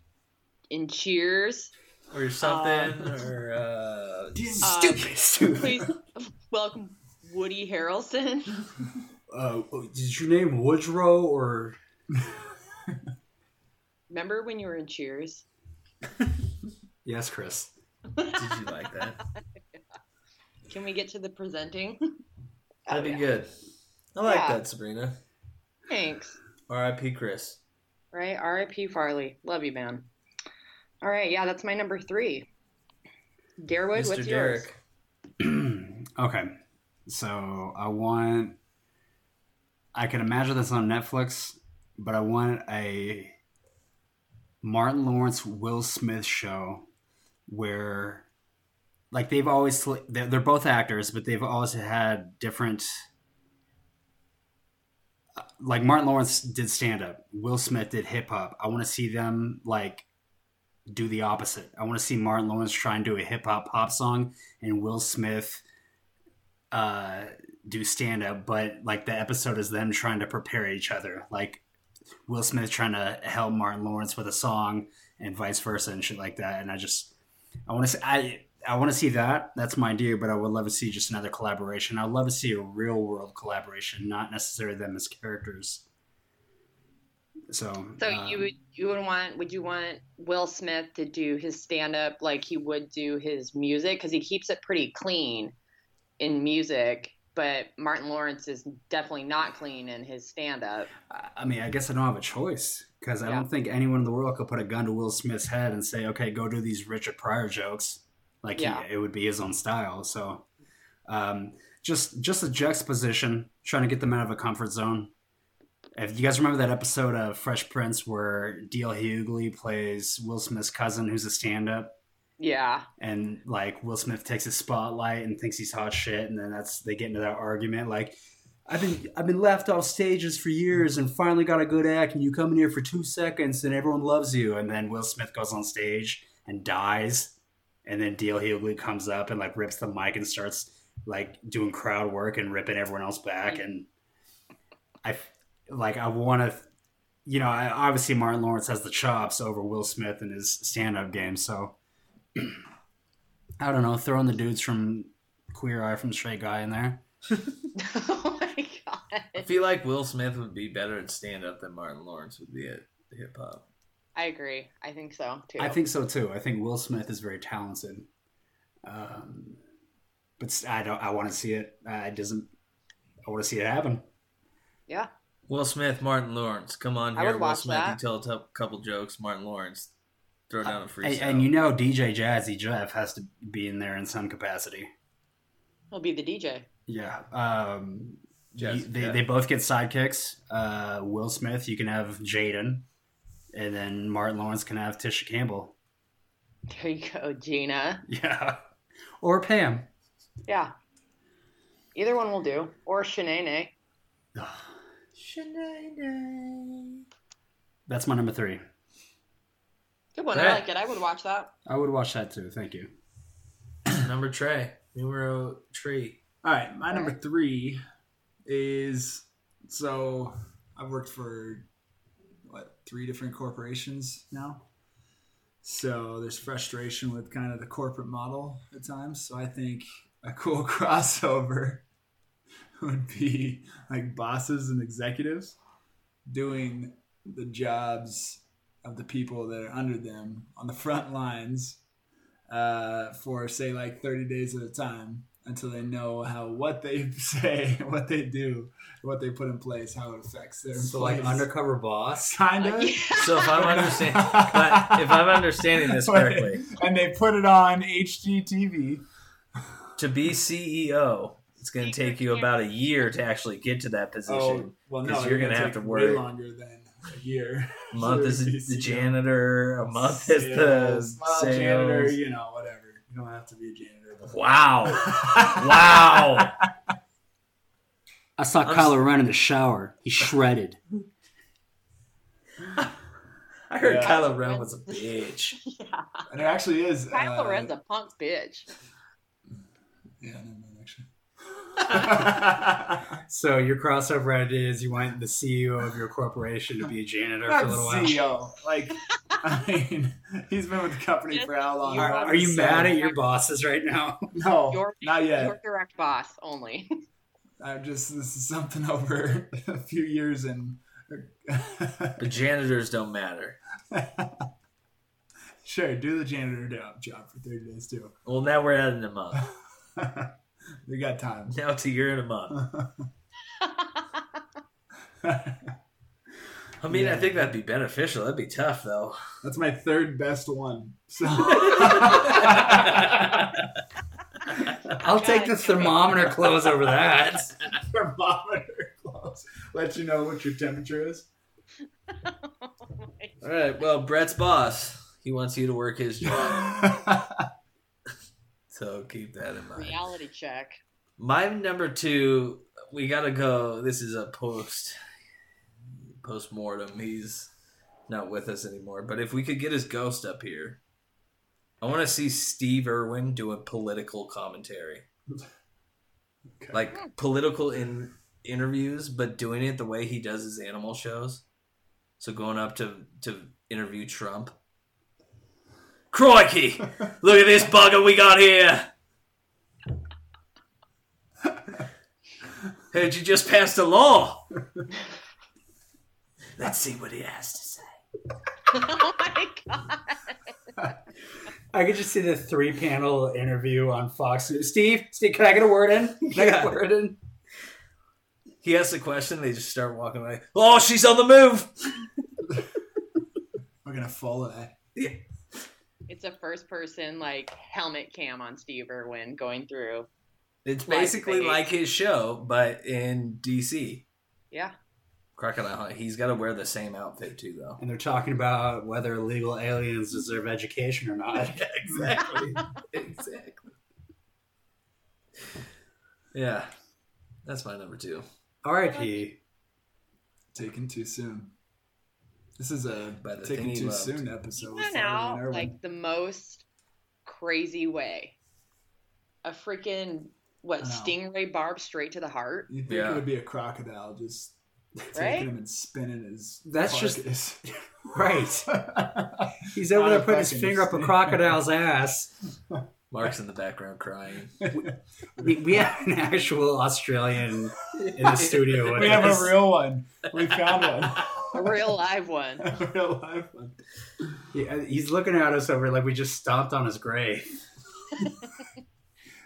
F: in Cheers.
H: or something, or uh,
F: [laughs] Stupid.
D: [laughs]
F: please [laughs] welcome Woody Harrelson. [laughs]
G: uh is your name Woodrow or
F: Remember when you were in Cheers?
G: Yes, Chris.
H: did you like that?
F: Can we get to the presenting?
H: That'd be good. I like
F: Oh, Yeah.
H: that, Sabrina.
F: Thanks.
H: R.I.P. Chris.
F: Right? R.I.P. Farley. Love you, man. All right. Yeah, that's my number three. Darewood,
H: Mr.
F: what's yours?
H: Derek.
G: okay. So I want. I can imagine this on Netflix, but I want a Martin Lawrence Will Smith show where, like, they've always they're, they're both actors, but they've always had different. uh, Like Martin Lawrence did stand up, Will Smith did hip hop. I want to see them like do the opposite. I want to see Martin Lawrence try and do a hip hop pop song, and Will Smith uh, do stand up, but like the episode is them trying to prepare each other. Like Will Smith trying to help Martin Lawrence with a song and vice versa and shit like that. And I just I want to see I I want to see that. That's my idea, but I would love to see just another collaboration. I'd love to see a real world collaboration, not necessarily them as characters. So
F: So
G: um,
F: you would you would want would you want Will Smith to do his stand up like he would do his music because he keeps it pretty clean in music, but Martin Lawrence is definitely not clean in his stand up.
G: I I mean, I guess I don't have a choice because I
F: Yeah.
G: don't think anyone in the world could put a gun to Will Smith's head and say, "Okay, go do these Richard Pryor jokes." Like he-
F: Yeah.
G: it would be his own style. So, um, just just a juxtaposition, trying to get them out of a comfort zone. If you guys remember that episode of Fresh Prince where D.L. Hughley plays Will Smith's cousin, who's a stand-up,
F: Yeah, [laughs]
G: and like Will Smith takes his spotlight and thinks he's hot shit, and then that's they get into that argument like I've been I've been left off stages for years and finally got a good act, and you come in here for two seconds and everyone loves you, and then Will Smith goes on stage and dies, and then Deal Hughley comes up and like rips the mic and starts like doing crowd work and ripping everyone else back, and I like I want to. You know, I, obviously Martin Lawrence has the chops over Will Smith and his stand-up game, so I don't know, throwing the dudes from Queer Eye from Straight Guy in there.
F: oh my
H: I
F: god,
H: feel like Will Smith would be better at stand up than Martin Lawrence would be at hip hop.
F: I agree. I think so too.
G: I think so too. I think Will Smith is very talented, um, but s- I don't. I want to see it. Uh, it doesn't. I want to see it happen.
F: yeah,
H: Will Smith, Martin Lawrence. Come on
F: I
H: here,
F: would
H: Will
F: watch
H: Smith.
F: that.
H: You tell a tou- couple jokes, Martin Lawrence. Throw down a free
G: And, and you know, DJ Jazzy E Jeff has to be in there in some capacity.
F: he'll be the DJ.
G: Yeah. Um,
H: Jazzy
G: you- they,
H: Jeff.
G: they both get sidekicks. Uh, Will Smith, you can have Jaden, and then Martin Lawrence can have Tisha Campbell.
F: There you go, Gina.
G: Yeah, [laughs] or Pam.
F: Yeah, either one will do. Or Shanae.
G: That's my number three.
F: Good one.
H: Yeah.
F: I like it. I would
E: [laughs]
F: watch that.
G: I would watch that too. Thank you.
H: number Trey, numero tree.
E: All right, my number three is so I've worked for what three different corporations now. So there's frustration with kind of the corporate model at times. So I think a cool [laughs] crossover [laughs] would be like bosses and executives doing the jobs of the people that are under them on the front lines uh, for say like 30 days at a time until they know how what they [laughs] say, what they do, what they put in place, how it affects their
G: So like
E: employees. [laughs]
G: undercover boss.
E: kind of.
H: So if I'm understand, [laughs] but if I'm understanding this correctly,
E: and they put it on HGTV.
D: to be CEO, it's going to take you about a year to actually get to that
H: Oh,
D: position.
E: Oh, well,
D: 'Cause
E: no,
D: you're
E: it would
D: gonna have
E: take
D: to
E: way
D: work.
E: longer than a year.
D: a month is
E: Sure,
D: the
E: CEO.
D: janitor, a
E: [laughs]
D: month is the
E: Sales, well,
D: sales.
E: janitor. You know, whatever. You don't have to be a janitor.
D: [laughs]
E: but- [laughs]
D: Wow. Wow.
G: I saw
D: I'm s-
G: Kylo Ren in the shower. [laughs] He shredded.
D: I heard
E: Yeah.
D: Kylo Ren was a bitch.
E: And it actually is.
F: Kylo
E: uh,
F: Ren's a punk bitch.
E: Yeah, never mind, actually. [laughs]
G: So your crossover idea is you want the
E: E
G: CEO of your corporation to be a janitor
E: Not
G: for a little while.
E: CEO. [laughs] Like, I mean, [laughs] he's been with the company for how long?
G: Are, are you mad at [laughs] your bosses right [laughs] now?
E: No,
F: Your,
E: Oh, not yet.
F: Your direct boss only. [laughs]
E: I'm just this is something [laughs] over a few years and [laughs]
D: But janitors don't matter.
E: sure, do the janitor do- job for 30 days too. [laughs]
D: Well, now we're at it in a [laughs] month.
E: we got time.
D: Now it's a year and a month. I mean, I think that'd be beneficial. That'd be tough, though.
E: [laughs] That's my third best one.
F: [laughs]
E: So [laughs]
G: I'll take the thermometer close over that.
E: thermometer close. Let you know what your temperature
F: [laughs]
E: is.
D: All right. Well, Brett's boss, he wants you to work his [laughs] job. so keep that in mind.
F: Reality check. [laughs]
D: My number two, we gotta go. This is a post post mortem. He's not with us anymore. But if we could get his ghost up here, I want to see Steve Irwin do a political commentary,
E: Okay.
D: like political in interviews, but doing it the way he does his animal shows. So going up to to interview Trump. Crikey! Look at this bugger we got here. Heard you just passed a
E: [laughs]
D: law. Let's see what he has to say.
F: oh my god.
G: [laughs] I could just see the three panel interview on Fox News. Steve, Steve, can I get a word in? Can I get a
D: Yeah.
G: word in?
D: He asks a question, they just start walking away. Oh, she's on the move.
E: We're gonna uh, follow that.
F: It's a first person like helmet cam on Steve Irwin going through.
D: It's
F: Like
D: basically
F: they-
D: like his show, but in DC.
F: Yeah.
D: Crocodile Hunt. He's got to wear the same outfit too, though.
G: And they're talking about whether illegal aliens deserve education or not. [laughs]
D: exactly. [laughs] exactly. Yeah, that's my number two.
G: RIP.
E: Taken too soon. This is a
D: By the thing
E: taken
D: he
E: Uh, too
D: loved.
E: soon episode. with
F: went
E: Farley and
F: out
E: Irwin.
F: like the most crazy way. A freaking what
E: I know.
F: stingray barb straight to the heart.
E: [laughs] You'd think
D: Yeah.
E: it would be a crocodile just [laughs]
F: Right?
E: taking him and spinning his.
G: That's just-
E: carcass.
G: Right.
E: [laughs]
G: He's over there putting his finger up a crocodile's ass.
D: Mark's in the background
E: [laughs]
D: crying. [laughs]
G: We, we have an actual Australian in the studio. with
E: we have
G: us.
E: a real one. We found [laughs] one.
F: A real live one.
E: a real live one.
G: Yeah, he's looking at us over like we just stomped on his grave.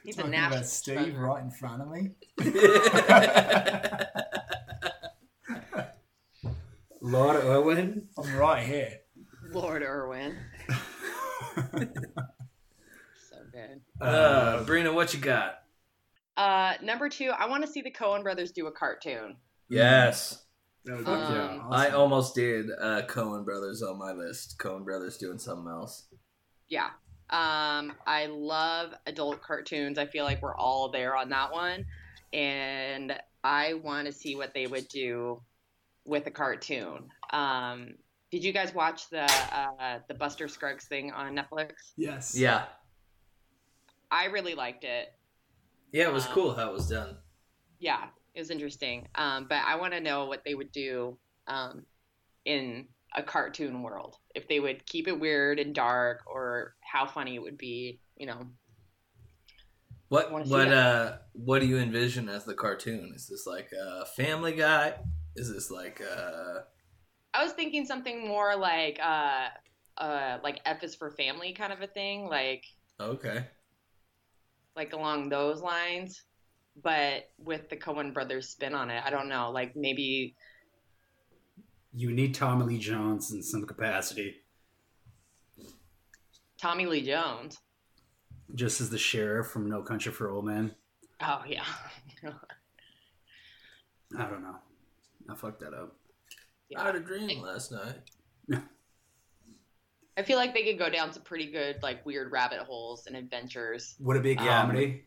F: He's a
E: Talking
F: national.
E: about Steve right in front of me.
D: Uh,
G: Lord Irwin.
E: [laughs] I'm right here.
F: Lord Irwin.
E: [laughs]
F: so good.
D: Uh, Brina, what you got?
F: Uh, number two, I want to see the Cohen brothers do a cartoon.
D: Yes.
E: That was
F: Um,
E: yeah, awesome.
D: I almost did uh, Cohen Brothers on my list. Cohen Brothers doing something else.
F: Yeah. Um, I love adult cartoons. I feel like we're all there on that one. And I want to see what they would do with a cartoon. Um, did you guys watch the uh, the Buster Scruggs thing on Netflix?
E: yes.
D: Yeah.
F: I really liked it.
D: Yeah, it
F: Uh,
D: was cool how it was done.
F: yeah, it was interesting. Um, but I want to know what they would do um, in a cartoon world. If they would keep it weird and dark, or how funny it would be. You know,
D: What
F: Wanna see
D: what
F: it.
D: uh what do you envision as the cartoon? Is this like a Family Guy? Is this like uh
F: I was thinking something more like uh, uh, like F is for Family kind of a thing, like
D: okay?
F: like along those lines. But with the Cohen brothers spin on it, I don't know. Like maybe
G: You need Tommy Lee Jones in some capacity.
F: Tommy Lee Jones.
G: just as the sheriff from No Country for Old Men.
F: Oh yeah. [laughs]
G: I don't know. I fucked that up.
H: I had
F: yeah.
H: a dream last night.
F: I feel like they could go down some pretty good like weird rabbit holes and adventures.
G: Would it be a
F: Um,
G: comedy?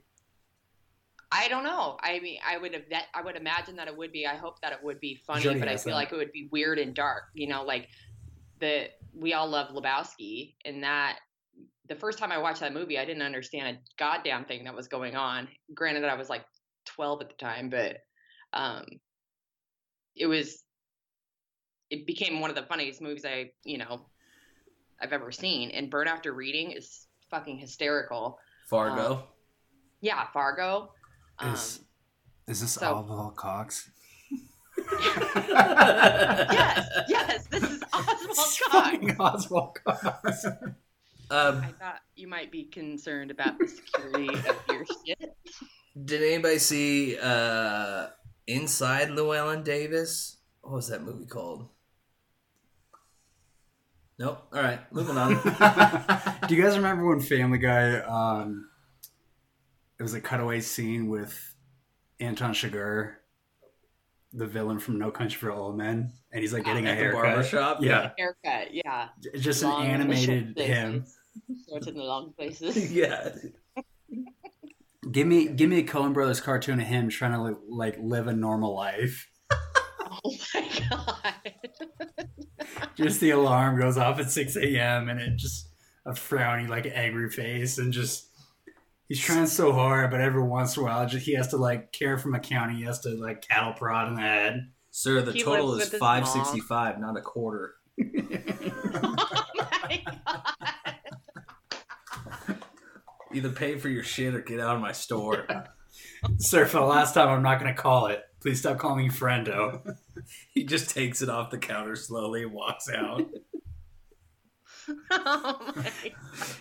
F: I don't know. I mean, I would have that. I would imagine that it would be. I hope that it would be funny,
G: Journey
F: but I
G: has
F: feel
G: that.
F: like it would be weird and dark. You know, like the we all love Lebowski, and that the first time I watched that movie, I didn't understand a goddamn thing that was going on. Granted, I was like twelve at the time, but um, it was it became one of the funniest movies I you know I've ever seen. And Burn After Reading is fucking hysterical.
H: Fargo.
F: Um, Yeah, Fargo. Um,
G: is, is this
F: so-
G: Oliver Cox? [laughs]
D: [laughs]
F: [laughs] yes, yes, this
G: [laughs]
F: is Oh, Oswald
G: It's
F: Cox.
G: fucking Oswald Cox.
H: um,
F: I thought you might be concerned about the security of your shit.
H: Did anybody see uh, Inside Llewellyn Davis? What was that movie called? Nope. All right, moving
G: [laughs]
H: on.
G: Do you guys remember when Family Guy? Um, it was a cutaway scene with Anton Chigurh, the villain from No Country for Old Men, and he's like getting a
H: At the
G: haircut.
H: barbershop.
G: Yeah,
F: Haircut, yeah.
G: it's just an
F: Long, short
G: animated
F: places.
G: him.
F: Short and long
H: [laughs]
F: places.
G: [laughs]
H: yeah.
G: Give me, give me a Coen Brothers cartoon of him trying to like, like live a normal life.
F: Oh my god. [laughs]
G: Just the alarm goes off at six a.m. and it just a frowny, like angry face, and just he's trying so hard, but every once in a while, just, he has to like care from a county. He has to like cattle prod in the head.
H: Sir, the
F: He
H: total
F: lives
H: is
F: with his
H: five sixty five, not a quarter.
F: Oh my god.
H: Either pay for your shit or get out of my store.
G: Sir, for the last time, I'm not going to call it. Please stop calling me friendo.
H: [laughs] he just takes it off the counter slowly and walks out.
F: [laughs] Oh my.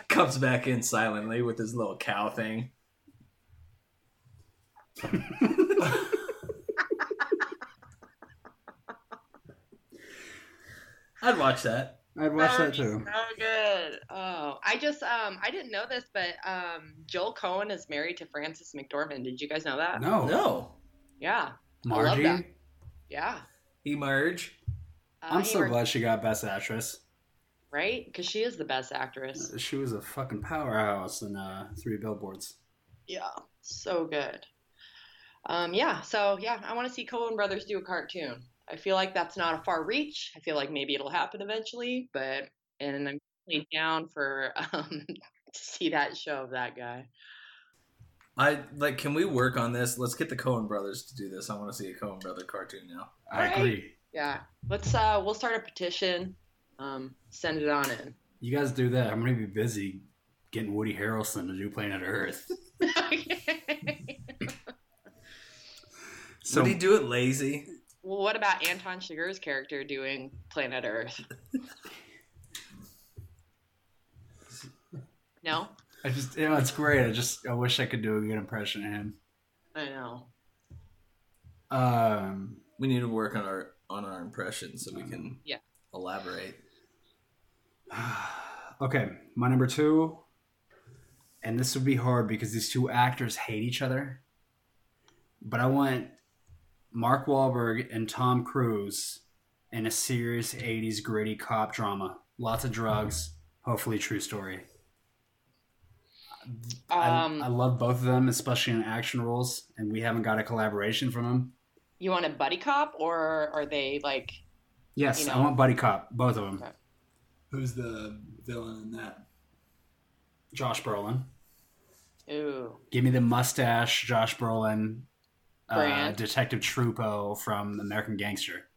H: Comes back in silently with his little cow thing. [laughs] I'd watch that.
G: I'd
F: would be So good. Oh, I just um I didn't know this, but um Joel Cohen is married to Frances McDormand. Did you guys know that?
G: No,
H: No.
F: Yeah,
G: Margie,
F: I love that. yeah.
H: Emerge.
F: Uh,
G: I'm
F: he
G: so
F: worked-
G: glad she got Best Actress.
F: right? Because she is the best actress.
G: She was a fucking powerhouse in uh, Three Billboards.
F: Yeah, so good. Um, yeah, so yeah, I want to see Coen Brothers do a cartoon. I feel like that's not a far reach. I feel like maybe it'll happen eventually, but and I'm definitely down for [laughs] um to see that show of that guy.
H: I like. Can we work on this? Let's get the Cohen brothers to do this. I want to see a Cohen brother cartoon now.
G: I
F: Right.
G: agree.
F: Yeah, let's uh, we'll start a petition. Um, send it on in.
G: You guys do that. I'm going to be busy getting Woody Harrelson to do Planet Earth.
H: So,
G: So
H: Would he do it lazy?
F: [laughs] well, what about Anton Chigurh's character doing Planet Earth? no,
G: I just, you know, it's great. I just, I wish I could do a good impression of him.
F: I know.
G: Um,
H: We need to work on our on our impression so we can
F: Yeah.
H: elaborate.
G: okay, my number two, and this would be hard because these two actors hate each other. But I want Mark Wahlberg and Tom Cruise in a serious '80s gritty cop drama. Lots of drugs, hopefully true story.
F: Um,
G: I, I love both of them, especially in action roles, and we haven't got a collaboration from them.
F: you want a buddy cop, or are they like?
G: Yes,
F: You
G: I
F: know.
G: want buddy cop, both of them.
F: Okay.
E: Who's the villain in that?
G: Josh Brolin,
F: Ooh,
G: give me the mustache, Josh Brolin, uh,
F: Brand.
G: Detective Troupeau from American Gangster,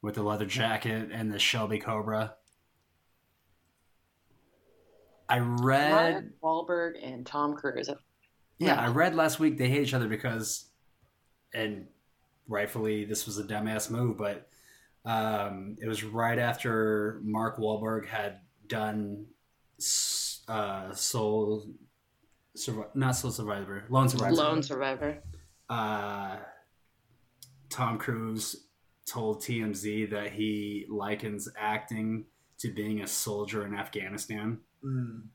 G: with the leather jacket and the Shelby Cobra. I
D: Uh,
G: read,
F: Mark Wahlberg and Tom Cruise.
G: yeah, I read last week they hate each other because, and rightfully this was a dumbass move, but um, it was right after Mark Wahlberg had done s- uh, Soul, Survi- not Soul Survivor, Lone Survivor,
F: Lone Survivor.
G: uh, Tom Cruise told TMZ that he
E: Hmm.
G: likens acting to being a soldier in Afghanistan.
E: Mm.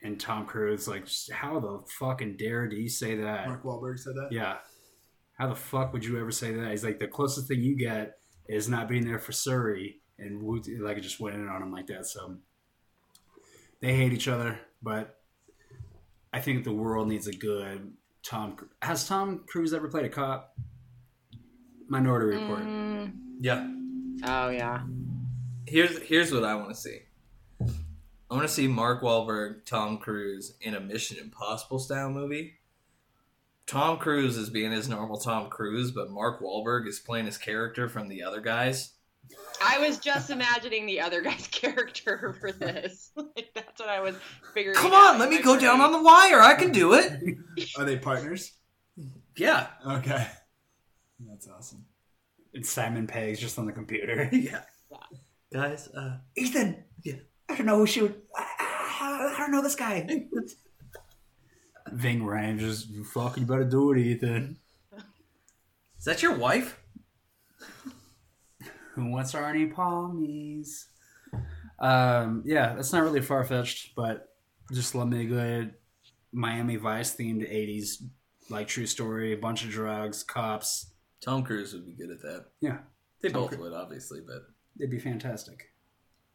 G: and Tom Cruise. Like, how the fucking dare do you say that?
E: Mark Wahlberg said that.
G: Yeah. How the fuck would you ever say that? He's like, the closest thing you get is not being there for Surrey. And Wu, like, it just went in on him like that. So they hate each other, but I think the world needs a good Tom. Cru- Has Tom Cruise ever played a cop? Minority Report.
F: Mm,
D: Yeah.
F: oh yeah.
D: Here's here's what I want to see. I want to see Mark Wahlberg, Tom Cruise in a Mission Impossible style movie. Tom Cruise is being his normal Tom Cruise, but Mark Wahlberg is playing his character from the other guys.
F: I was just imagining the other guy's [laughs] character for this. [laughs] like, that's what I was figuring.
D: Come
F: out
D: on,
F: in
D: let me
F: my
D: go
F: brain.
D: down on the wire. I can do it.
E: Are they partners?
D: [laughs] Yeah.
E: Okay. That's awesome.
G: And Simon Pegg's just on the computer. [laughs]
D: Yeah. Guys, uh,
G: Ethan.
D: Yeah.
G: I don't know who she would. I, don't know this guy. Ving Rhames just fuck. You better do it, Ethan.
D: is that your wife?
G: Who wants Arnie Palmies? Um, yeah, that's not really far fetched, but just love me a good Miami Vice themed '80s, like true story, a bunch of drugs, cops.
D: Tom Cruise would be good at that.
G: Yeah,
D: They
G: Tom
D: both
G: Cru-
D: would, obviously, but
G: it'd be fantastic.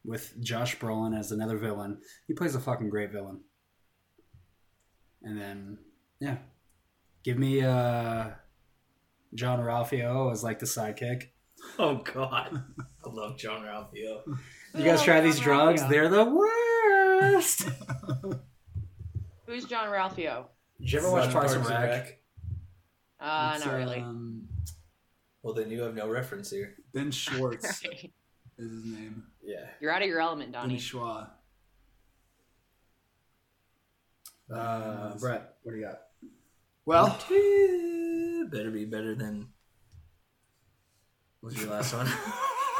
G: With Josh Brolin as another villain, he plays a fucking great villain. And then, yeah, give me uh, John Ralphio as like the sidekick.
D: [laughs] oh god, I love John Ralphio.
G: You guys
F: Oh,
G: try these
F: John
G: drugs;
F: Ralphio.
G: they're the worst.
F: Who's John Ralphio?
G: Did you ever watch Parks and Rec?
F: Uh,
G: It's,
F: not really.
G: um,
D: Well, then you have no reference here.
E: Ben Schwartz
F: [laughs]
D: uh,
E: is his name.
D: Yeah.
F: You're out of your element,
E: Benny
F: Donnie.
E: Schwa.
G: uh, Brett, what do you got? [laughs]
E: Well,
D: eh, Better be better than. What was your last
G: [laughs]
D: one? [laughs]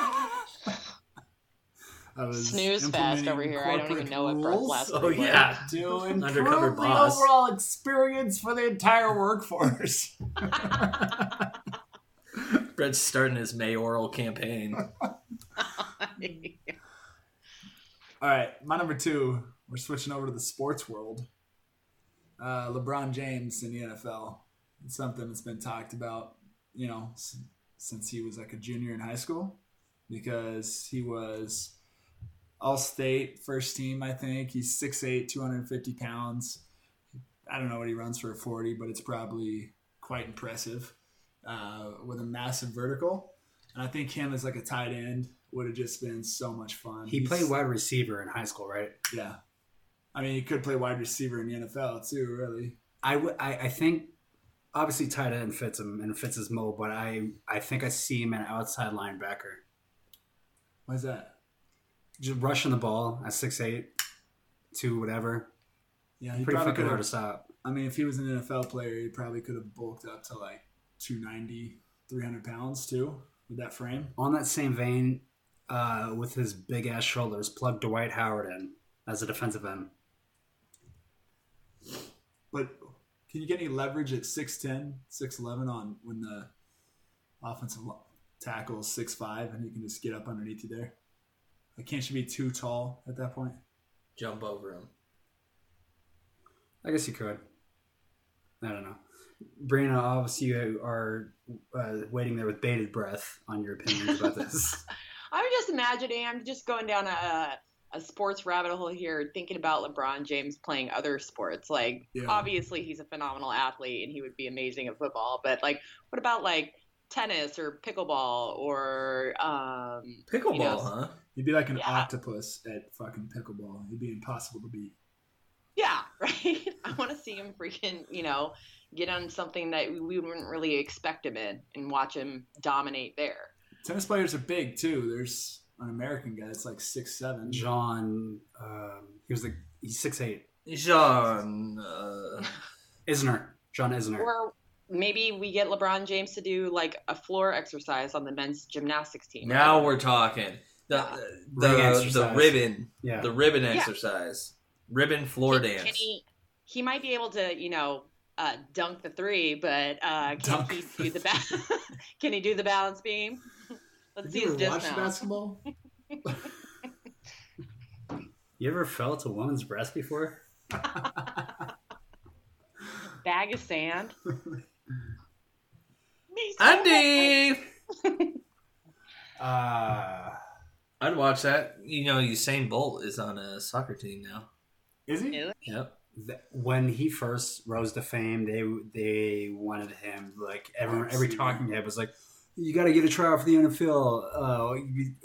E: I was
F: Snooze fest
E: implementing
F: over here. I don't even
E: corporate
F: know what Brett's
E: rules
F: last
D: Oh,
F: word was.
D: yeah.
E: To improve
D: Undercover
E: the
D: boss.
E: overall experience for the entire workforce.
D: Brett's starting his mayoral
G: [laughs]
D: campaign.
E: All right, my number two. We're switching over to the sports world. Uh, LeBron James in the NFL. It's something that's been talked about, you know, s- since he was like a junior in high school, because he was All State first team. I think he's 6'8", 250 pounds. I don't know what he runs for a forty, but it's probably quite impressive uh, with a massive vertical. And I think him as like a tight end would have just been so much fun.
G: He
E: He's-
G: played wide receiver in high school, right?
E: yeah. I mean, you could play wide receiver in the NFL too, really.
G: I, w- I, I think obviously tight end fits him and fits his mold, but I, I think I see him an outside linebacker,
E: Why's that?
G: just rushing the ball at six eight, two whatever.
E: Yeah, he
G: Pretty
E: probably
G: fucking
E: could
G: hard to
E: have.
G: stop.
E: I mean, if he was an NFL player, he probably could have bulked up to like 290, 300 pounds too with that frame.
G: On that same vein, uh, with his big ass shoulders, plug Dwight Howard in as a defensive end.
E: But can you get any leverage at 6'10, 6'11 on when the offensive lo- tackle's 6'5 and you can just get up underneath you there? Like, can't you be too tall at that point?
D: Jump over him.
G: I guess you could. I don't know. Brianna, obviously you are uh, waiting there with bated breath on your opinions about
E: [laughs]
G: this.
F: [laughs] I'm just imagining. I'm just going down a a sports rabbit hole here, thinking about LeBron James playing other sports. Like,
E: Yeah.
F: obviously, he's a phenomenal athlete and he would be amazing at football. But like, what about like tennis or pickleball or um,
D: Pickleball,
F: You know,
D: huh?
E: You'd be like an
F: Yeah.
E: octopus at fucking pickleball. You'd be impossible to beat.
F: yeah, [laughs] right? I want to see him freaking, you know, get on something that we wouldn't really expect him in and watch him dominate there.
E: Tennis players are big too. There's an American guy that's like six seven.
G: John, um, he was the he's six eight.
D: John. Uh,
G: Isner, John Isner.
F: Or maybe we get LeBron James to do like a floor exercise on the men's gymnastics team.
D: now we're talking. The,
F: Yeah.
D: the,
G: Ring
D: the,
G: exercise.
D: ribbon.
G: yeah,
D: The ribbon
F: Yeah.
D: exercise. Ribbon floor
F: Can-
D: dance.
F: Can he, he might be able to, you know, uh, dunk the three, but uh, can
E: Dunk.
F: he do the ba- [laughs] can he do the balance beam? Let's
E: Have
F: see
E: you
F: his
E: ever watched
F: dismount. [laughs]
E: basketball?
G: you ever felt a woman's breast before?
F: Bag of sand. Me [laughs]
D: Andy.
E: Uh,
D: I'd watch that. You know, Usain Bolt is on a soccer team now.
E: is
F: too.
E: he?
D: Yep.
G: th- when he first rose to fame, they they wanted him like everyone, every talking head was like, "You got to get a tryout for the NFL. Uh, you-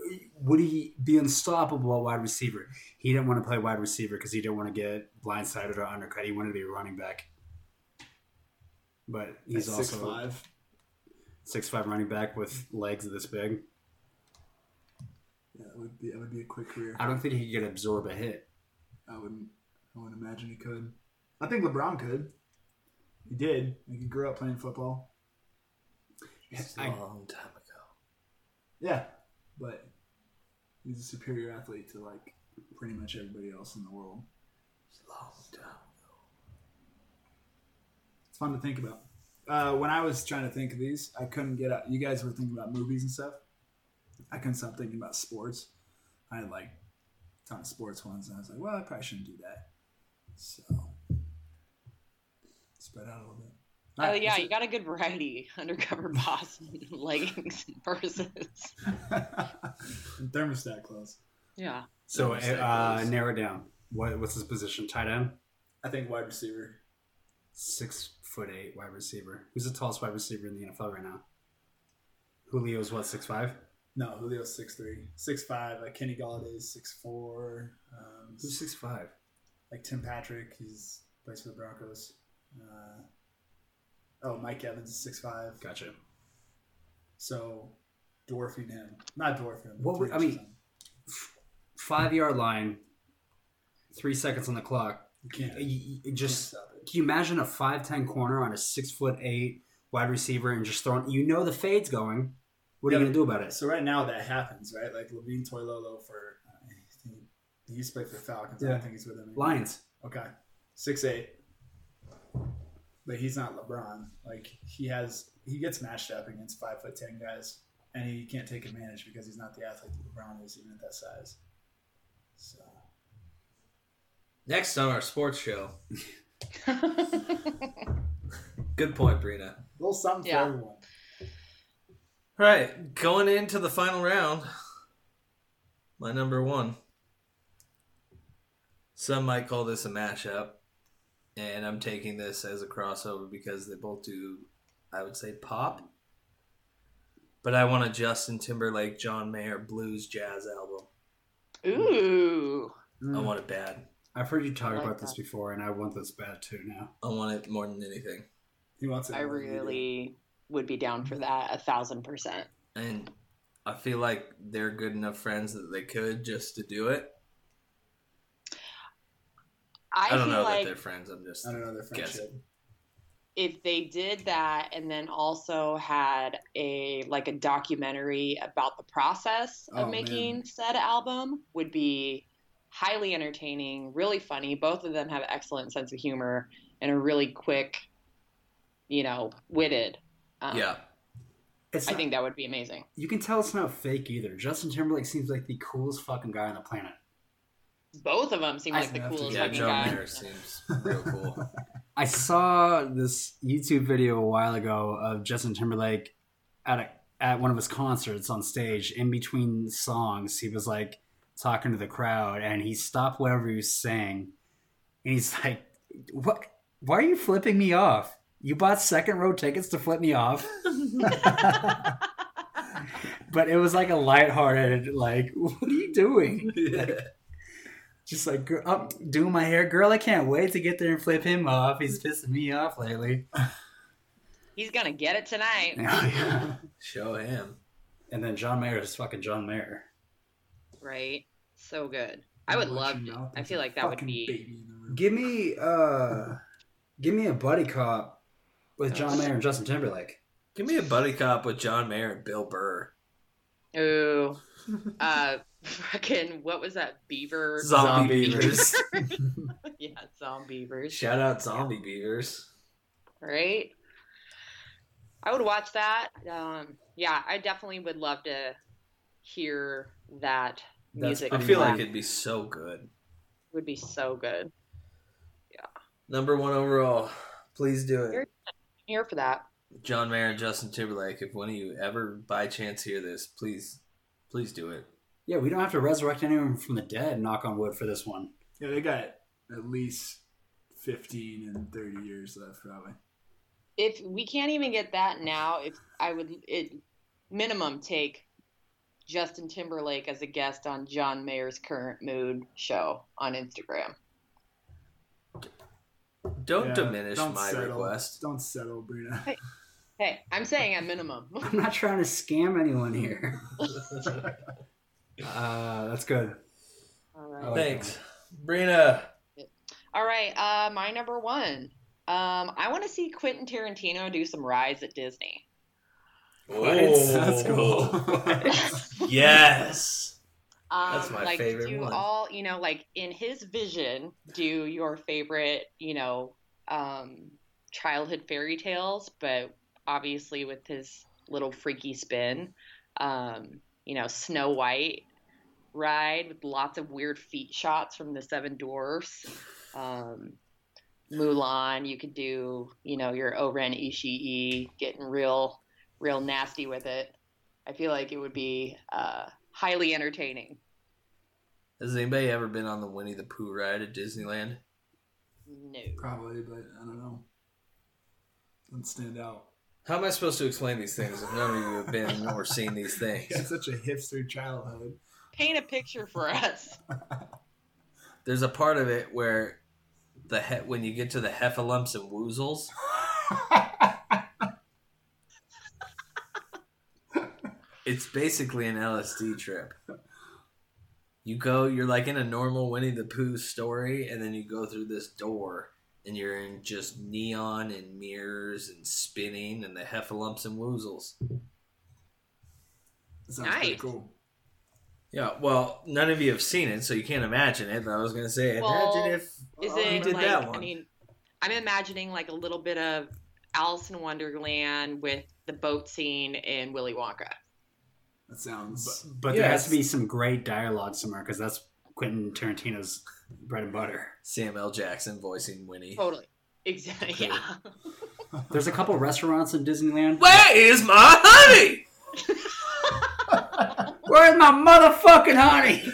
G: would he be unstoppable at wide receiver?" He didn't want to play wide receiver because he didn't want to get blindsided or undercut. He wanted to be a running back. But he's
E: At
G: also
E: six five.
G: six five running back with legs this big.
E: Yeah, that would be that would be a quick career.
G: I don't think he could absorb a hit.
E: I wouldn't. I wouldn't imagine he could. I think LeBron could. He did. Like, he grew up playing football.
D: It's a
G: I-
D: long time ago.
E: Yeah, but he's a superior athlete to like pretty much everybody else in the world.
D: Long time.
E: It's fun to think about. Uh, when I was trying to think of these, I couldn't get out. You guys were thinking about movies and stuff. I couldn't stop thinking about sports. I had like a ton of sports ones, and I was like, well, I probably shouldn't do that. So spread out a little bit. All
F: Oh
E: right,
F: yeah,
E: that's
F: you got a good variety. [laughs] Undercover boss, leggings, and
E: [laughs]
F: purses.
E: it. thermostat close.
F: Yeah.
G: So
D: Those
G: uh,
D: tackles.
G: narrow it down. What, what's his position? Tight end.
E: I think wide receiver.
G: six foot eight wide receiver. Who's the tallest wide receiver in the NFL right now? Julio's what six five?
E: No, Julio's six three, six five. Like Kenny Galladay's six four. Um,
G: Who's six five?
E: like Tim Patrick, he's plays for the Broncos. Uh, oh, Mike Evans is six five.
G: Gotcha.
E: So dwarfing him, not dwarfing him. but
G: What
E: three
G: would- I
E: inches on.
G: mean- Five yard line. Three seconds on the clock.
E: you can't
G: You- you- you just
E: can't stop it.
G: can you imagine a five ten corner on a six foot eight wide receiver and just throwing? You know the fade's going. What are
E: Yeah,
G: you gonna do about it?
E: So right now that happens, right? Like Levine Toilolo for I think he used to play for the Falcons. I
G: Yeah.
E: don't think he's with them. anymore.
G: Lions.
E: Okay, six eight. But he's not LeBron. Like he has, he gets matched up against five foot ten guys, and he can't take advantage because he's not the athlete that LeBron is, even at that size. So
D: Next on our sports show. Good point, Brina.
E: a little something
F: Yeah.
E: for everyone.
D: All right, going into the final round. My number one. Some might call this a mashup, and I'm taking this as a crossover because they both do, I would say, pop. But I want a Justin Timberlake, John Mayer blues jazz album.
F: Ooh.
D: I want it bad.
G: I've heard you talk
F: I like
G: about this
F: that.
G: before, and I want this bad too now.
D: I want it more than anything.
E: He wants it.
F: I
E: more than you do.
F: really would be down for that a thousand percent.
D: And I feel like they're good enough friends that they could just to do it.
F: I,
D: I, don't
F: feel
D: know that
F: like
D: they're friends. I'm just
E: I don't know their
D: Guess.
E: friendship.
F: if they did that and then also had a like a documentary about the process
E: Oh,
F: of making said album would be highly entertaining, really funny. Both of them have excellent sense of humor and are really quick, you know, witted. Um,
D: yeah.
G: It's
F: I
G: not-
F: think that would be amazing.
G: you can tell it's not fake either. Justin Timberlake seems like the coolest fucking guy on the planet.
F: Both of them seem
E: I
F: like the
E: have to
F: coolest
E: get
D: Yeah, John
E: Fucking
F: fucking guys.
D: Mayer seems real cool.
G: I saw this YouTube video a while ago of Justin Timberlake at a, at one of his concerts on stage. In between songs, he was like talking to the crowd, and he stopped whatever he was saying, and he's like, "What? Why are you flipping me off? You bought second row tickets to flip me off." [laughs] but it was like a lighthearted, like, "What are you doing?" just like girl, up doing my hair. Girl, I can't wait to get there and flip him off. He's pissing me off lately. [laughs]
F: He's gonna get it tonight.
G: and
D: Show him.
G: then John Mayer is fucking John Mayer.
F: Right? So good. I would
E: Watch
F: love
E: your mouth
F: I
E: as
F: feel
E: a
F: like that would
E: fucking
F: be
E: baby in the room.
G: Give me uh give me a buddy cop with John Mayer and Justin Timberlake.
D: Give me a buddy cop with John Mayer and Bill Burr.
F: Ooh. Uh fucking what was that? Beaver
D: Zombie,
G: Zombie
D: beavers.
F: [laughs] Yeah,
D: [laughs]
F: zombievers.
D: Shout out zombie beavers.
F: Right? I would watch that. Um yeah, I definitely would love to hear that
G: That's
F: music.
D: I
G: pretty
D: feel
G: wild.
D: like it'd be so good.
F: would be so good.
D: Number one overall. Please do it.
F: here for that.
D: John Mayer and Justin Timberlake. If one of you ever by chance hear this, please, please do it.
G: Yeah, we don't have to resurrect anyone from the dead. Knock on wood for this one.
E: Yeah, they got at least fifteen and thirty years left, probably.
F: If we can't even get that now, if I would it minimum take Justin Timberlake as a guest on John Mayer's current mood show on Instagram.
D: Don't
E: Yeah,
D: diminish
E: don't
D: my
E: settle.
D: request.
E: Don't settle, Brina.
F: Hey, I'm saying at minimum. [laughs]
G: I'm not trying to scam anyone here. uh, that's good.
F: All right.
G: Oh.
D: Thanks, Brina.
F: All right, uh, my number one. Um, I want to see Quentin Tarantino do some rides at Disney.
G: [laughs]
D: Whoa.
E: That's cool.
D: [laughs] yes.
F: Um,
D: That's my
F: like,
D: favorite
F: do
D: one.
F: all you know, like in his vision, do your favorite, you know, um, childhood fairy tales, but obviously with his little freaky spin. Um, you know, Snow White ride with lots of weird feet shots from the Seven Dwarfs. Um, Mulan, you could do, you know, your Oren Ishii getting real, real nasty with it. I feel like it would be uh, highly entertaining.
D: Has anybody ever been on the Winnie the Pooh ride at Disneyland?
F: No.
E: probably, but I don't know. Doesn't stand out.
D: How am I supposed to explain these things if none of you have been or seen these
E: [laughs]
D: things?
E: It's such a hipster childhood.
F: Paint a picture for us.
D: There's a part of it where the he- when you get to the heffalumps and woozles, it's basically an LSD trip. You go, you're like in a normal Winnie the Pooh story, and then you go through this door, and you're in just neon and mirrors and spinning and the heffalumps and woozles.
E: That sounds pretty
F: Nice.
E: cool.
D: Yeah, well, none of you have seen it, so you can't imagine it. But I was gonna say,
F: Well,
D: imagine if
F: Is
D: oh,
F: it
D: did
F: like,
D: that one.
F: I mean, I'm imagining like a little bit of Alice in Wonderland with the boat scene in Willy Wonka.
E: That sounds.
G: But there has to be some great dialogue somewhere because that's Quentin Tarantino's bread and butter.
D: Sam L. Jackson voicing Winnie.
F: Totally. Exactly. [laughs] Yeah.
G: There's a couple restaurants in Disneyland.
D: Where is my honey?
G: Where's my motherfucking honey?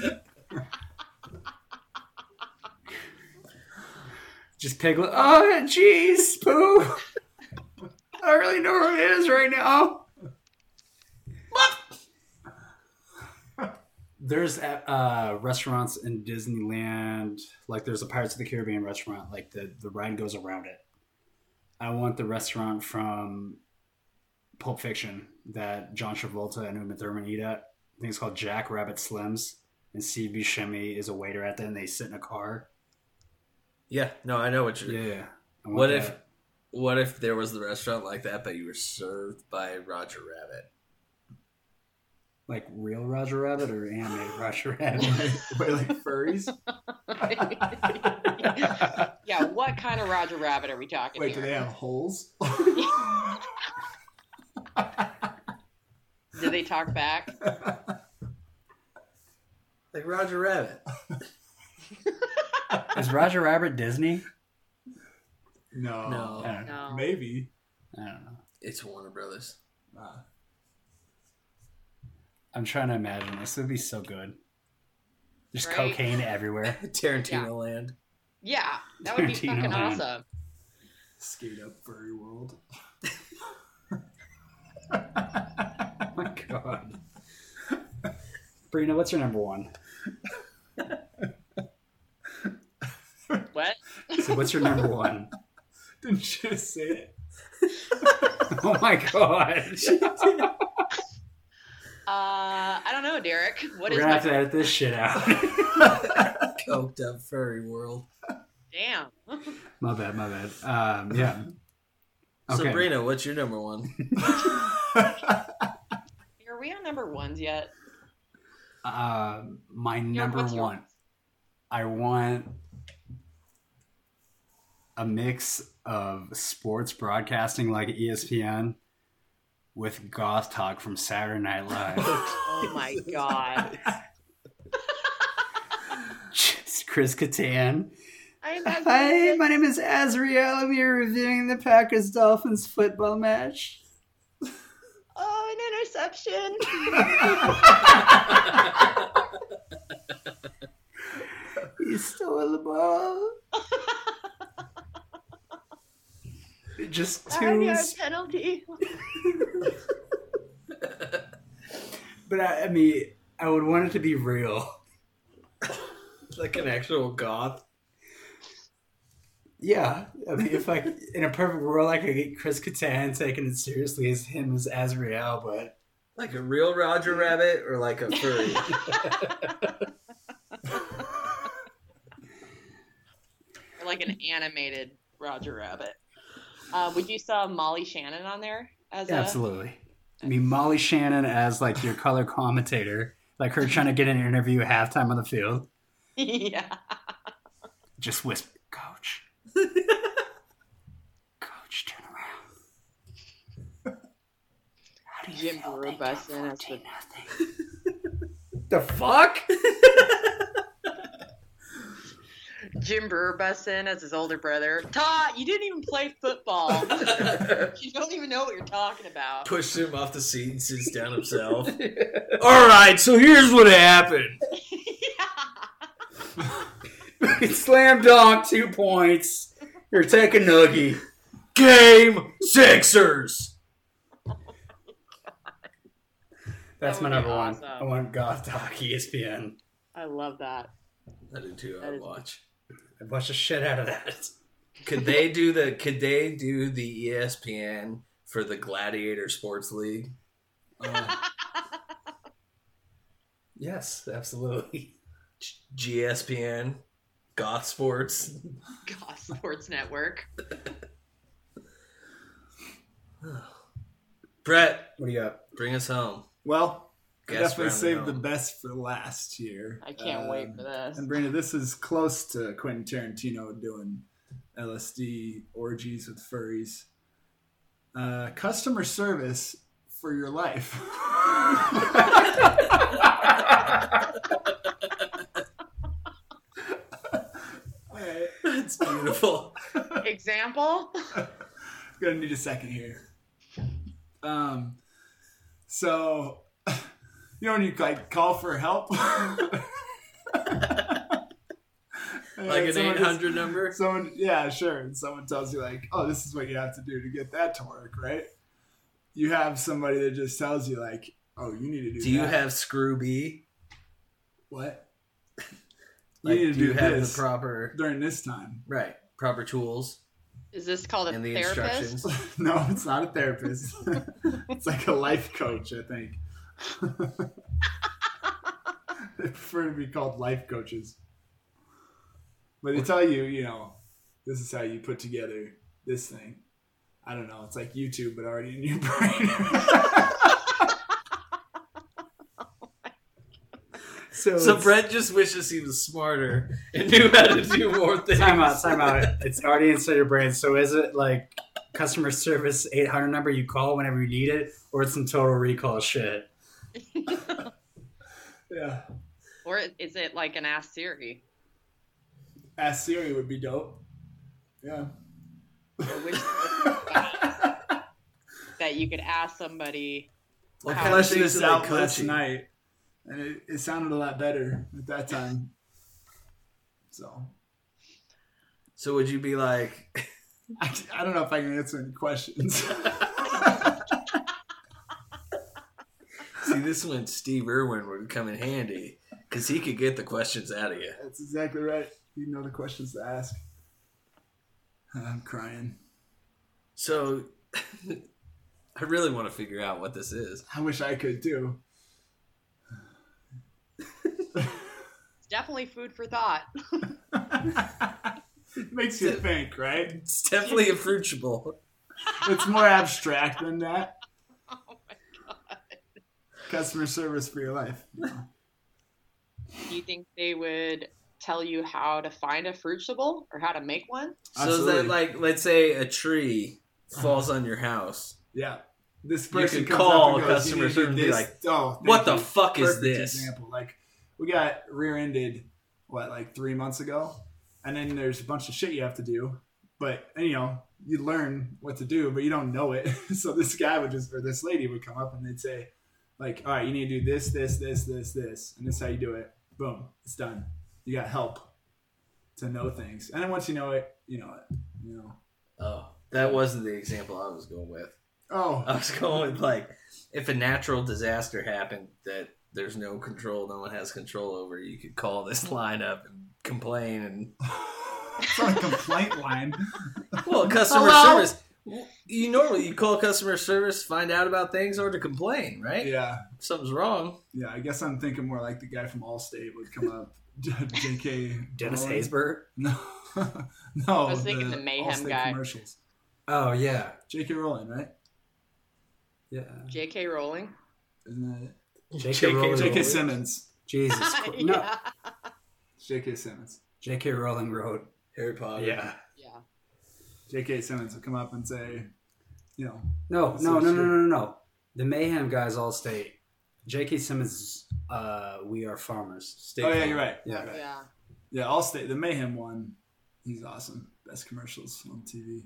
G: Just piglet. Oh, jeez, Pooh. I really know where it is right now. There's uh, restaurants in Disneyland, like there's a Pirates of the Caribbean restaurant, like the, the ride goes around it. I want the restaurant from Pulp Fiction that John Travolta and Uma Thurman eat at. I think it's called Jack Rabbit Slims, and Steve Buscemi is a waiter at that, and they sit in a car.
D: Yeah, no, I know what you're.
G: Yeah. I want
D: What if,
G: that.
D: what if there was the restaurant like that, but you were served by Roger Rabbit?
G: like real Roger Rabbit or animated [laughs] Roger Rabbit?
E: [laughs] Wait, like furries?
F: [laughs] yeah. What kind of Roger Rabbit are we talking
E: Wait, do
F: here?
E: they have holes? [laughs]
F: Do they talk back?
D: Like Roger Rabbit.
G: is Roger Rabbit Disney?
E: No.
D: No.
G: I don't know.
F: No.
E: Maybe.
G: I don't know.
D: It's Warner Brothers.
E: Uh,
G: I'm trying to imagine this would be so good. There's
F: Right? [laughs]
G: cocaine everywhere.
D: Tarantino Land.
F: Yeah. That would be
G: Tarantino
F: fucking
G: Land.
F: awesome.
E: skate up furry world. [laughs]
G: Oh my god. Brina, what's your number one?
F: What?
G: So what's your number
F: [laughs]
G: one?
E: Didn't you just say it?
G: Oh my god.
F: Uh, I don't know, Derek. What
G: We're
F: is
G: gonna
F: my
G: have to edit this shit out. [laughs]
D: Coked up furry world.
F: damn?
G: my bad, my bad. Um, yeah.
D: So,
G: Okay.
D: Brina, what's your number one?
F: [laughs] Are we on number ones yet?
G: Uh, my
F: Derek,
G: number
F: what's your-
G: one. I want a mix of sports broadcasting like E ESPN with goth talk from Saturday Night Live.
F: Oh my god.
G: Just Chris Kattan.
F: I
G: Hi, my name is Azriel, and we are reviewing the Packers Dolphins football match.
F: Oh, an
D: [laughs]
F: interception.
G: He stole the ball. Just
F: Nine
G: two.
F: yard
G: sp-
F: penalty.
G: But I, I mean, I would want it to be real.
D: [laughs] like an actual goth.
G: Yeah, I mean, if [laughs] I in a perfect world, I could get Chris Kattan taken as seriously as him as Azrael, but
D: Like a real Roger Rabbit or like a furry? [laughs]
F: like an animated Roger Rabbit. Uh, would you saw Molly Shannon on there as a
G: absolutely. I mean, Molly Shannon as like your color commentator, like her trying to get an interview at halftime on the field,
F: [laughs] yeah.
G: just whisper, "Coach, [laughs] coach, turn around." How do you
F: Jim
G: feel? They
F: Burrow
G: down
F: as the
G: 14 nothing.
D: the fuck?
G: [laughs]
F: Jim Brewer busts in as his older brother. Todd, you didn't even play
D: [laughs]
F: football. you don't even know what you're talking about.
D: Pushed him off the seat and sits down [laughs] himself. All right, so here's what happened.
G: Slam dunk, two points. You're taking noogie.
D: Game Sixers.
G: That's
F: That
G: my
F: would be
G: number one.
F: awesome.
G: I want Goth Talk ESPN.
F: I love that.
D: I did too. I
F: That is-
D: watch.
G: I'd watch the shit out of that.
D: Could they do the? Could they do the E ESPN for the Gladiator Sports League? [laughs]
G: Yes, absolutely.
D: G- GSPN, Goth Sports.
F: God, Sports Network.
D: Brett,
G: What do you got?
D: bring us home.
E: Well, I
D: Guess
E: definitely
D: rounding
E: saved the
D: home.
E: best for last year.
F: I can't
E: Um,
F: wait for this.
E: And Brina, this is close to Quentin Tarantino doing LSD orgies with furries. Uh, customer service for your life. [laughs] Alright,
D: [laughs] It's beautiful.
F: Example?
E: gonna need a second here. Um, so you know when you like call for help, [laughs]
D: like an eight hundred number.
E: Someone, yeah, sure. And someone tells you like, "Oh, this is what you have to do to get that to work," right? You have somebody that just tells you like, "Oh, you need to do."
D: Do you
E: that.
D: have Screw B?
E: what? [laughs] You
D: Like,
E: need to
D: do you
E: do
D: have
E: this
D: the proper
E: during this time.
D: right proper tools
F: Is this called a
D: and the
F: therapist?
D: instructions?
E: [laughs] no, it's not a therapist. [laughs] it's like a life coach, I think. [laughs] they prefer to be called life coaches. But they tell you, you know, this is how you put together this thing. I don't know. It's like YouTube, but already in your [laughs] brain.
G: So,
D: So
G: it's-
D: Brett just wishes he was smarter and knew how to do more things.
G: time out, time out. It's already inside your brain. So is it like customer service 800 number you call whenever you need it, or it's some total recall shit?
E: yeah.
F: Or is it like an Ask Siri?
E: Ask Siri would be dope. Yeah.
F: That you could ask somebody.
D: What
F: Wow.
D: kind of
E: Fleshed
D: things
E: this
D: did they
E: out
D: cut
E: last
D: you?
E: night, and it, it sounded a lot better at that time. So
D: So would you be like, [laughs]
E: [laughs] I, I don't know if I can answer any questions. [laughs]
D: see, this one Steve Irwin would come in handy because he could get the questions out of you.
E: That's exactly right. You know the questions to ask. Uh, I'm crying.
D: So [laughs] I really want to figure out what this is.
E: I wish I could too. [laughs]
F: It's definitely food for thought.
E: Makes you think, right?
D: It's definitely a fruitable.
E: It's more abstract than that. Customer service for your life.
F: Do you think they would tell you how to find a fruitable or how to make one?
D: So is that
E: Absolutely.
D: like, let's say a tree falls on your house.
E: Yeah. This
D: You
E: person
D: could
E: comes
D: call
E: up and goes,
D: customer
E: "You need to do
D: service and be
E: this."
D: like,
E: oh, thank
D: what the
E: you.
D: fuck is
E: Perfect
D: this?
E: Example. Like we got rear-ended, what, like three months ago, and then there's a bunch of shit you have to do. But and, you know, you learn what to do, but you don't know it. [laughs] so this guy would just or this lady would come up and they'd say, like, all right, you need to do this, this, this, this, this, and this is how you do it. Boom, it's done. You got help to know things, and then once you know it, you know it. You know.
D: Oh, that wasn't the example I was going with.
E: Oh,
D: I was going with like if a natural disaster happened that there's no control, no one has control over, you could call this [laughs] line up and complain and
E: [laughs] it's on a complaint line.
D: [laughs] well, customer
G: Hello?
D: service. You normally you call customer service, find out about things, or to complain, right?
E: Yeah.
D: If something's wrong.
E: Yeah, I guess I'm thinking more like the guy from Allstate would come up. [laughs] J.K.
G: Dennis
E: Maloney.
G: Haysbert.
E: [laughs] No, no. I
F: was thinking the Mayhem guy.
E: commercials.
G: Oh yeah,
E: J.K. Rowling, right?
G: yeah.
F: J.K. Rowling.
E: Isn't that it?
G: J.K. Rowling.
E: J.K. Simmons.
F: [laughs]
G: Jesus, Christ. no.
F: yeah.
E: J.K. Simmons.
G: J.K. Rowling wrote.
H: Harry
E: Oh,
H: Potter.
G: Yeah.
F: Yeah.
E: J.K. Simmons would come up and say, you know,
G: No,
E: So
G: no, no, no,
E: sure.
G: no, no, no. The Mayhem guys all state. J.K. Simmons, uh, we are farmers.
H: State
E: oh yeah,
H: Farm.
E: you're right.
G: Yeah.
E: Right.
F: Yeah.
E: Yeah, Allstate, the Mayhem one. He's awesome. Best commercials on TV.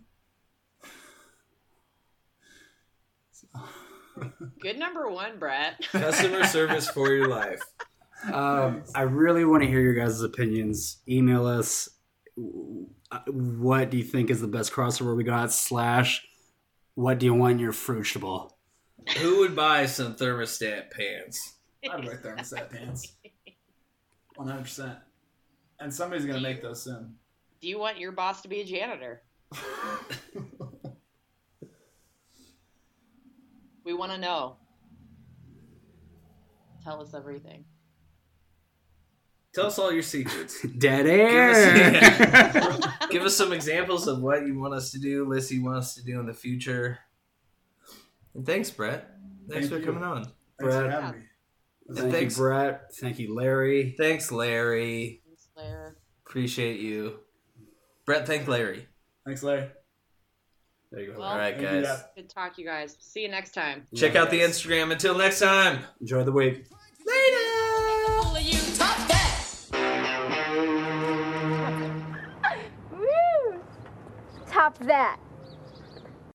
F: Good number one, Brett.
D: [laughs] Customer service for your life.
G: Um, I really want to hear your guys' opinions. Email us. W- uh, What do you think is the best crossover we got? Slash, what do you want in your fruitable?
D: Who would buy some thermostat pants?
E: I'd wear thermostat
F: [laughs]
E: pants. 100. percent And somebody's gonna make those soon.
F: Do you want your boss to be a janitor? we want to know. Tell us everything.
D: Tell us all your
G: [laughs]
D: secrets.
G: Dead
D: Give
G: air.
D: Give us [laughs] some examples of what you want us to do, lists you want us to do in the future. And thanks, Brett. Thanks
E: Thank
D: for
E: you.
D: coming on.
E: Thanks for
G: Brad.
E: having me.
G: Thank
D: Thanks.
G: you, Brett. Thank you, Larry.
D: Thanks, Larry.
F: Slayer.
D: Appreciate you. Brett, thank Larry.
E: Thanks, Larry.
G: There you go.
F: Well,
D: All right,
E: Thank you,
D: guys.
E: guys.
F: Good talk, you guys. See you next time.
D: Check out the Instagram. Until next time.
G: Enjoy the week.
A: All of you top that.
C: Woo! Top that.